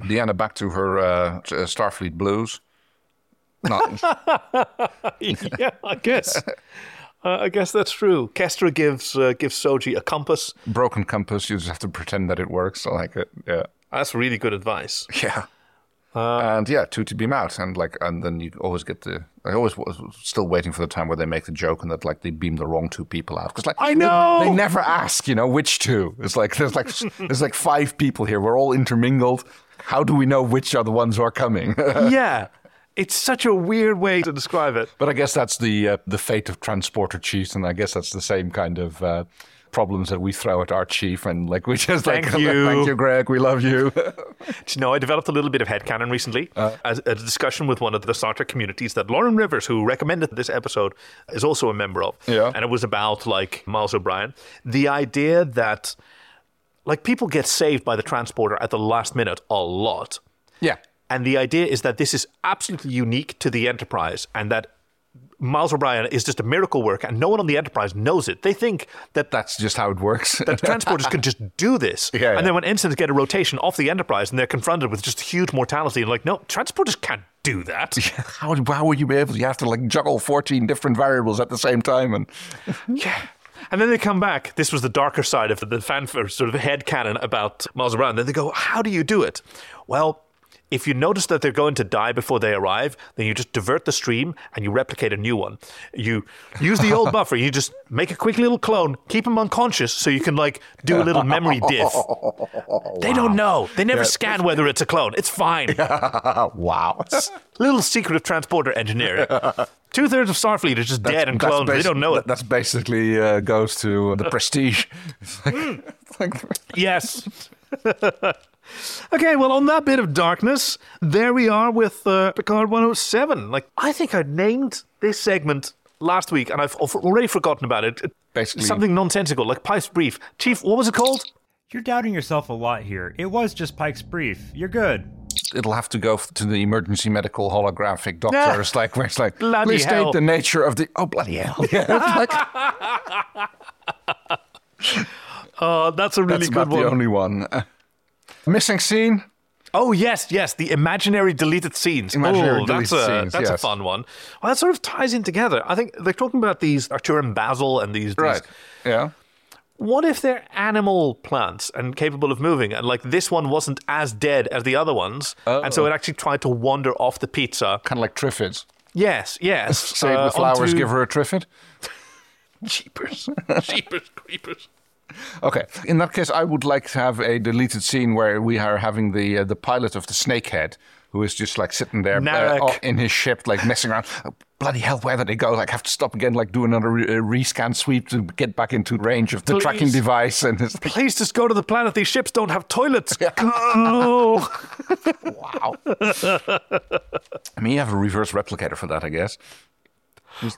Deanna back to her uh, t- uh, Starfleet blues. Not,
yeah, I guess. Uh, I guess that's true. Kestra gives uh, gives Soji a compass.
broken compass. You just have to pretend that it works. I like it. Yeah.
That's really good advice.
Yeah. and yeah, two to beam out, and like, and then you always get the. I always was still waiting for the time where they make the joke and that like they beam the wrong two people out because like
I
they-
know!
they, never ask, you know, which two. It's like there's like there's like five people here. We're all intermingled. How do we know which are the ones who are coming?
yeah, it's such a weird way to describe it.
But I guess that's the uh, the fate of transporter chiefs, and I guess that's the same kind of uh, problems that we throw at our chief, and like we just like
Thank you.
thank you, Greg, we love you.
Do you know, I developed a little bit of headcanon recently as at a discussion with one of the Star Trek communities that Lauren Rivers, who recommended this episode, is also a member of.
Yeah.
And it was about, like, Miles O'Brien. The idea that, like, people get saved by the transporter at the last minute a lot.
yeah.
And the idea is that this is absolutely unique to the Enterprise and that Miles O'Brien is just a miracle worker, and no one on the Enterprise knows it. They think that
that's just how it works.
that transporters can just do this.
Yeah, yeah.
And then when ensigns get a rotation off the Enterprise and they're confronted with just huge mortality, and like, no, transporters can't do that.
How, how would you be able? You have to like juggle fourteen different variables at the same time, and
yeah. And then they come back. This was the darker side of the, the fanfare sort of head canon about Miles O'Brien. Then they go, How do you do it? Well, if you notice that they're going to die before they arrive, then you just divert the stream and you replicate a new one. You use the old buffer. You just make a quick little clone, keep them unconscious so you can, like, do a little memory diff. They don't know. They never
Yeah.
scan whether it's a clone. It's fine.
wow.
little secret of transporter engineering. Two thirds of Starfleet is just dead and cloned. They
basi-
don't know it.
that- That's basically uh, goes to the prestige.
yes. okay, well, on that bit of darkness, there we are with uh, Picard 107. Like, I think I named this segment last week, and I've al- already forgotten about it. It-
Basically,
something nonsensical, like Pike's Brief. Chief, what was it called?
You're doubting yourself a lot here. It was just Pike's brief. You're good.
It'll have to go f- to the emergency medical holographic
Ah.
doctors, like where it's like,
Bloody
please
hell."
state the nature of the. Oh bloody hell! Yeah,
Uh, that's a really
that's
good
about
one.
the only one. Uh, missing scene.
Oh yes, yes, the imaginary deleted scenes.
Imaginary
oh, that's
deleted
a
scenes,
that's a
yes.
fun one. Well, that sort of ties in together. I think they're talking about these Arturan basil and these, these
Right. Yeah.
What if they're animal plants and capable of moving? And like this one wasn't as dead as the other ones, and so it actually tried to wander off the pizza.
Kind of like Triffids.
Yes, yes.
Save
Uh,
the flowers,
onto-
give her a Triffid. Cheapers.
Jeepers creepers.
Okay. In that case, I would like to have a deleted scene where we are having the uh, the pilot of the Snakehead, who is just like sitting there uh,
Narek.
o- in his ship, like messing around. Oh, bloody hell, where did they go? Like, have to stop again, like do another re- uh, rescan sweep to get back into range of the
Please.
tracking device. And it's like,
Please just go to the planet. These ships don't have toilets. Go.
wow. I mean, you have a reverse replicator for that, I guess.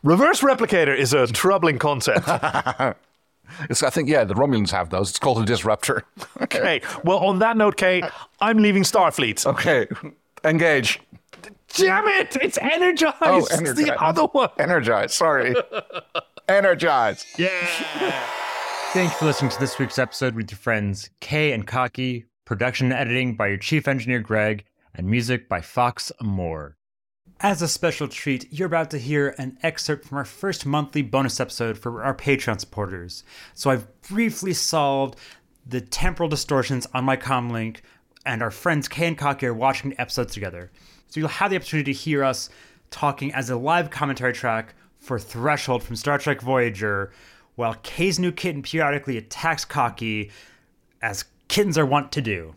Reverse replicator is a troubling concept.
It's, I think, yeah, the Romulans have those. It's called a disruptor.
Okay. Well, on that note, Kay, I'm leaving Starfleet.
Okay. Engage.
Damn it! It's energized.
Oh,
It's the other one.
Energize. Sorry. Energize.
Yeah.
Thanks for listening to this week's episode with your friends Kay and Kaki. Production and editing by your chief engineer Greg, and music by Fox Moore. As a special treat, you're about to hear an excerpt from our first monthly bonus episode for our Patreon supporters. So I've briefly solved the temporal distortions on my comlink, and our friends Kay and Kaki are watching the episodes together. So you'll have the opportunity to hear us talking as a live commentary track for Threshold from Star Trek Voyager, while Kay's new kitten periodically attacks Kaki, as kittens are wont to do.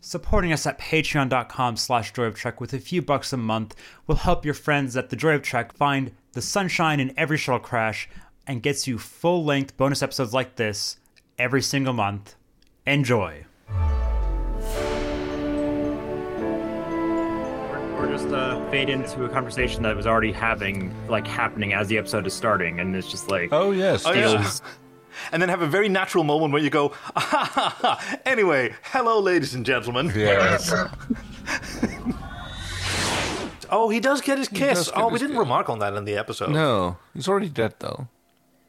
Supporting us at patreon.com slash joy of trek with a few bucks a month will help your friends at the joy of trek find the sunshine in every shuttle crash and gets you full-length bonus episodes like this every single month. Enjoy. We're just uh, fade into a conversation that was already having, like happening as the episode is starting, and it's just like,
oh yes,
Oh, yeah. And then have a very natural moment where you go, anyway, hello, ladies and gentlemen.
Yes.
oh, he does get his
does
kiss.
get
Oh, we
his
didn't
kiss.
remark on that in the episode.
No, he's already dead though.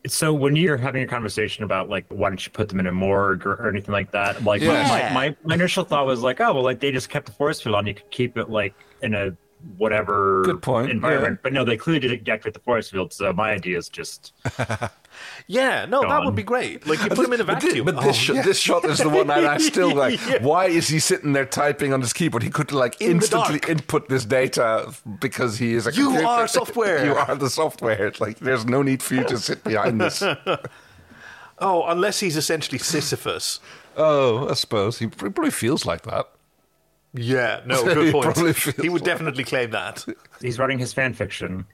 So when you're having a conversation about like why don't you put them in a morgue or, or anything like that, like my-
Yeah.
my, my my initial thought was like, oh well, like they just kept the force field on, you could keep it like in a whatever
Good point,
environment.
yeah.
But no, they clearly didn't deactivate the force field. So my idea is just
Yeah, no, that
Gone.
would be great. Like, you put him in a
But, thi-
vacuum.
but this,
Oh,
shot,
yeah.
this shot is the one that I still like.
Yeah.
Why is he sitting there typing on his keyboard? He could like
In the
instantly
dark.
input this data because he is a.
You
computer.
are software.
you are the software. It's like there's no need for you to sit behind this.
oh, unless he's essentially Sisyphus.
Oh, I suppose he pr- probably feels like that.
Yeah, no,
He
good point.
probably feels
He would definitely claim that.
he's writing his fan fiction.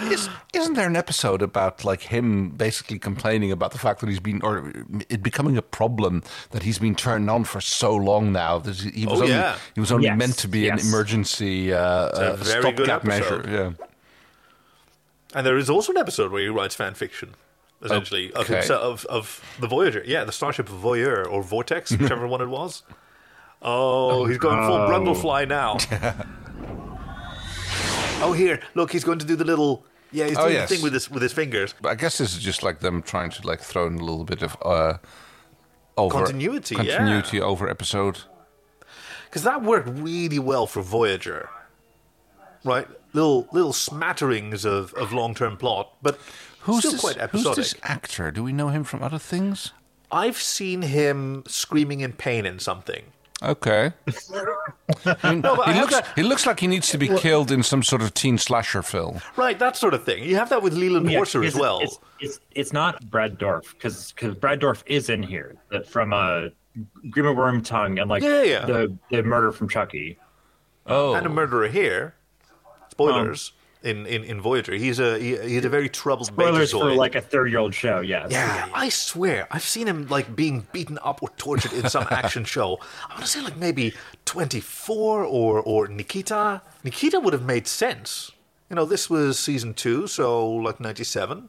Is, isn't there an episode about like him basically complaining about the fact that he's been or it becoming a problem that he's been turned on for so long now that he he was
Oh,
only
yeah.
he was only
Yes,
meant to be
yes.
an emergency uh,
a
uh,
very good
stopgap measure.
episode.
Yeah.
And there is also an episode where he writes fan fiction, essentially, of,
Okay.
himself, of of the Voyager. Yeah, the starship Voyeur or Vortex, whichever one it was. Oh, he's going full
Oh.
Brundlefly now. oh, here, look, he's going to do the little Yeah, he's
Oh,
doing
yes.
the thing with his with his fingers.
But I guess this is just like them trying to like throw in a little bit of uh, over
Continuity, yeah.
continuity over episode.
because that worked really well for Voyager, right? Little little smatterings of, of long term plot, but
Who's
still
this,
quite
who's
episodic.
this actor? Do we know him from other things?
I've seen him screaming in pain in something.
Okay. I mean,
No, but I
he
have
looks
that-
he looks like he needs to be
Well-
killed in some sort of teen slasher film.
Right, that sort of thing. You have that with Leland
Yeah,
Orser
because
as well.
It's, it's it's not Brad Dorf because because Brad Dorf is in here that from uh, Grima Worm Tongue and like
Yeah, yeah.
the the murder from Chucky.
Oh,
and a murderer here. Spoilers in, in, in Voyager. He's a he, he's a very troubled
Um, Spoilers for
Betazoid.
like a third year old show. Yes.
Yeah, I swear, I've seen him like being beaten up or tortured in some action show. I want to say like maybe 24 or or Nikita. Nikita would have made sense. You know, this was season two, so like 97. You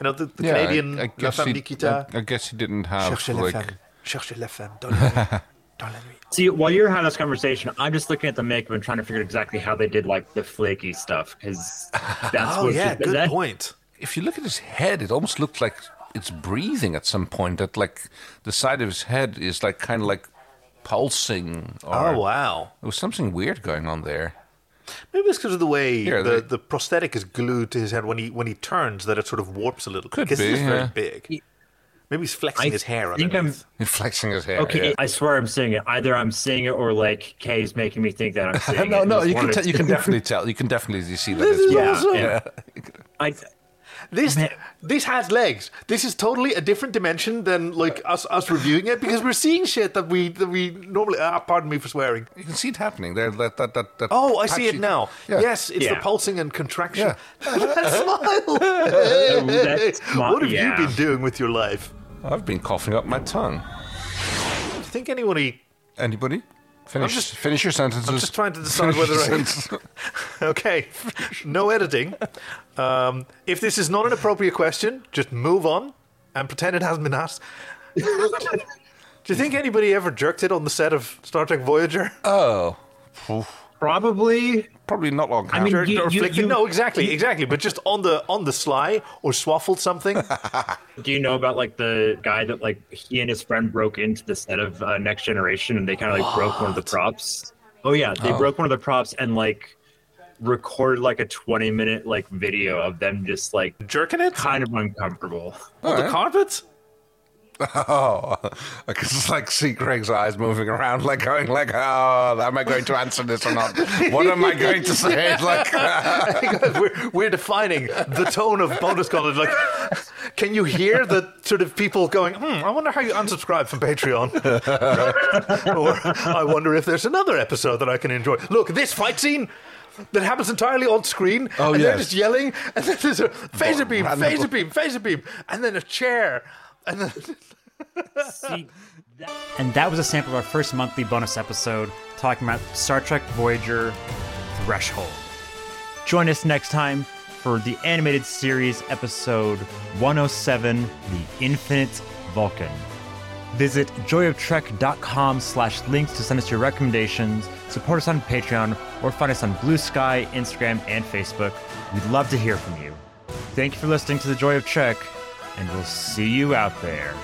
know, the, the
Yeah, I-
Canadian
I,
La
guess
Femme
he,
Nikita.
I, I guess he didn't have
Cherchez la
like.
femme. Cherchez la femme. Don't let me- don't let me.
See, while you're having this conversation, I'm just looking at the makeup and trying to figure out exactly how they did like the flaky stuff because that's
Oh,
what
yeah,
she-
good
that-
point.
If you look at his head, it almost looks like it's breathing at some point. That like the side of his head is like kind of like pulsing. Or,
Oh, wow.
There was something weird going on there.
Maybe it's because of the way
Yeah,
the,
they-
the prosthetic is glued to his head when he when he turns that it sort of warps a little.
Could
because
be,
he's very
yeah.
big. Maybe he's flexing
I
his hair.
think I'm-
underneath.
Flexing his hair.
Okay,
yeah.
I swear I'm seeing it. Either I'm seeing it or like Kay's making me think that I'm seeing
no,
it.
no,
It's
you
one
can
of
tell you can
two.
definitely tell. You can definitely see that.
This
it's
is
yeah,
awesome.
yeah.
I,
This this has legs. This is totally a different dimension than like us us reviewing it because we're seeing shit that we that we normally. Ah, pardon me for swearing.
You can see it happening. There, that, that, that, that
Oh, I see
patchy-
it now.
Yeah.
Yes, it's the
Yeah.
pulsing and contraction. that
Oh, that's
smile.
smart,
what have
yeah.
you been doing with your life?
I've been coughing up my tongue.
Do you think anybody?
Anybody? Finish,
just-
finish your sentences.
I'm just trying to decide
Finish
whether
your
I.
sentences.
okay, no editing. Um, if this is not an appropriate question, just move on and pretend it hasn't been asked. Do you think anybody ever jerked it on the set of Star Trek Voyager?
Oh,
Probably.
probably not long.
I mean,
after.
or flicked it? no, exactly, exactly. But just on the on the sly or swaffled something.
Do you know about like the guy that like he and his friend broke into the set of uh, Next Generation and they kind of like broke one of the props? Oh yeah, they
Oh.
broke one of the props and like recorded like a 20 minute like video of them just like
jerking it,
kind of uncomfortable.
on the
Alright.
carpet.
Oh, I can just like see Greg's eyes moving around, like going, like, oh, am I going to answer this or not? What am I going to say? It's Like,
we're, we're defining the tone of bonus content. Like, can you hear the sort of people going, hmm, I wonder how you unsubscribe from Patreon? or I wonder if there's another episode that I can enjoy. Look, this fight scene. That happens entirely on screen,
Oh,
and they're
yes.
just yelling, and then there's a phaser beam,
Random-
phaser beam, phaser beam, and then a chair, and then
And that was a sample of our first monthly bonus episode talking about Star Trek Voyager Threshold. Join us next time for the animated series episode 107, The Infinite Vulcan. Visit joyoftrek.com slash links to send us your recommendations, support us on Patreon, or find us on Blue Sky, Instagram, and Facebook. We'd love to hear from you. Thank you for listening to The Joy of Trek, and we'll see you out there.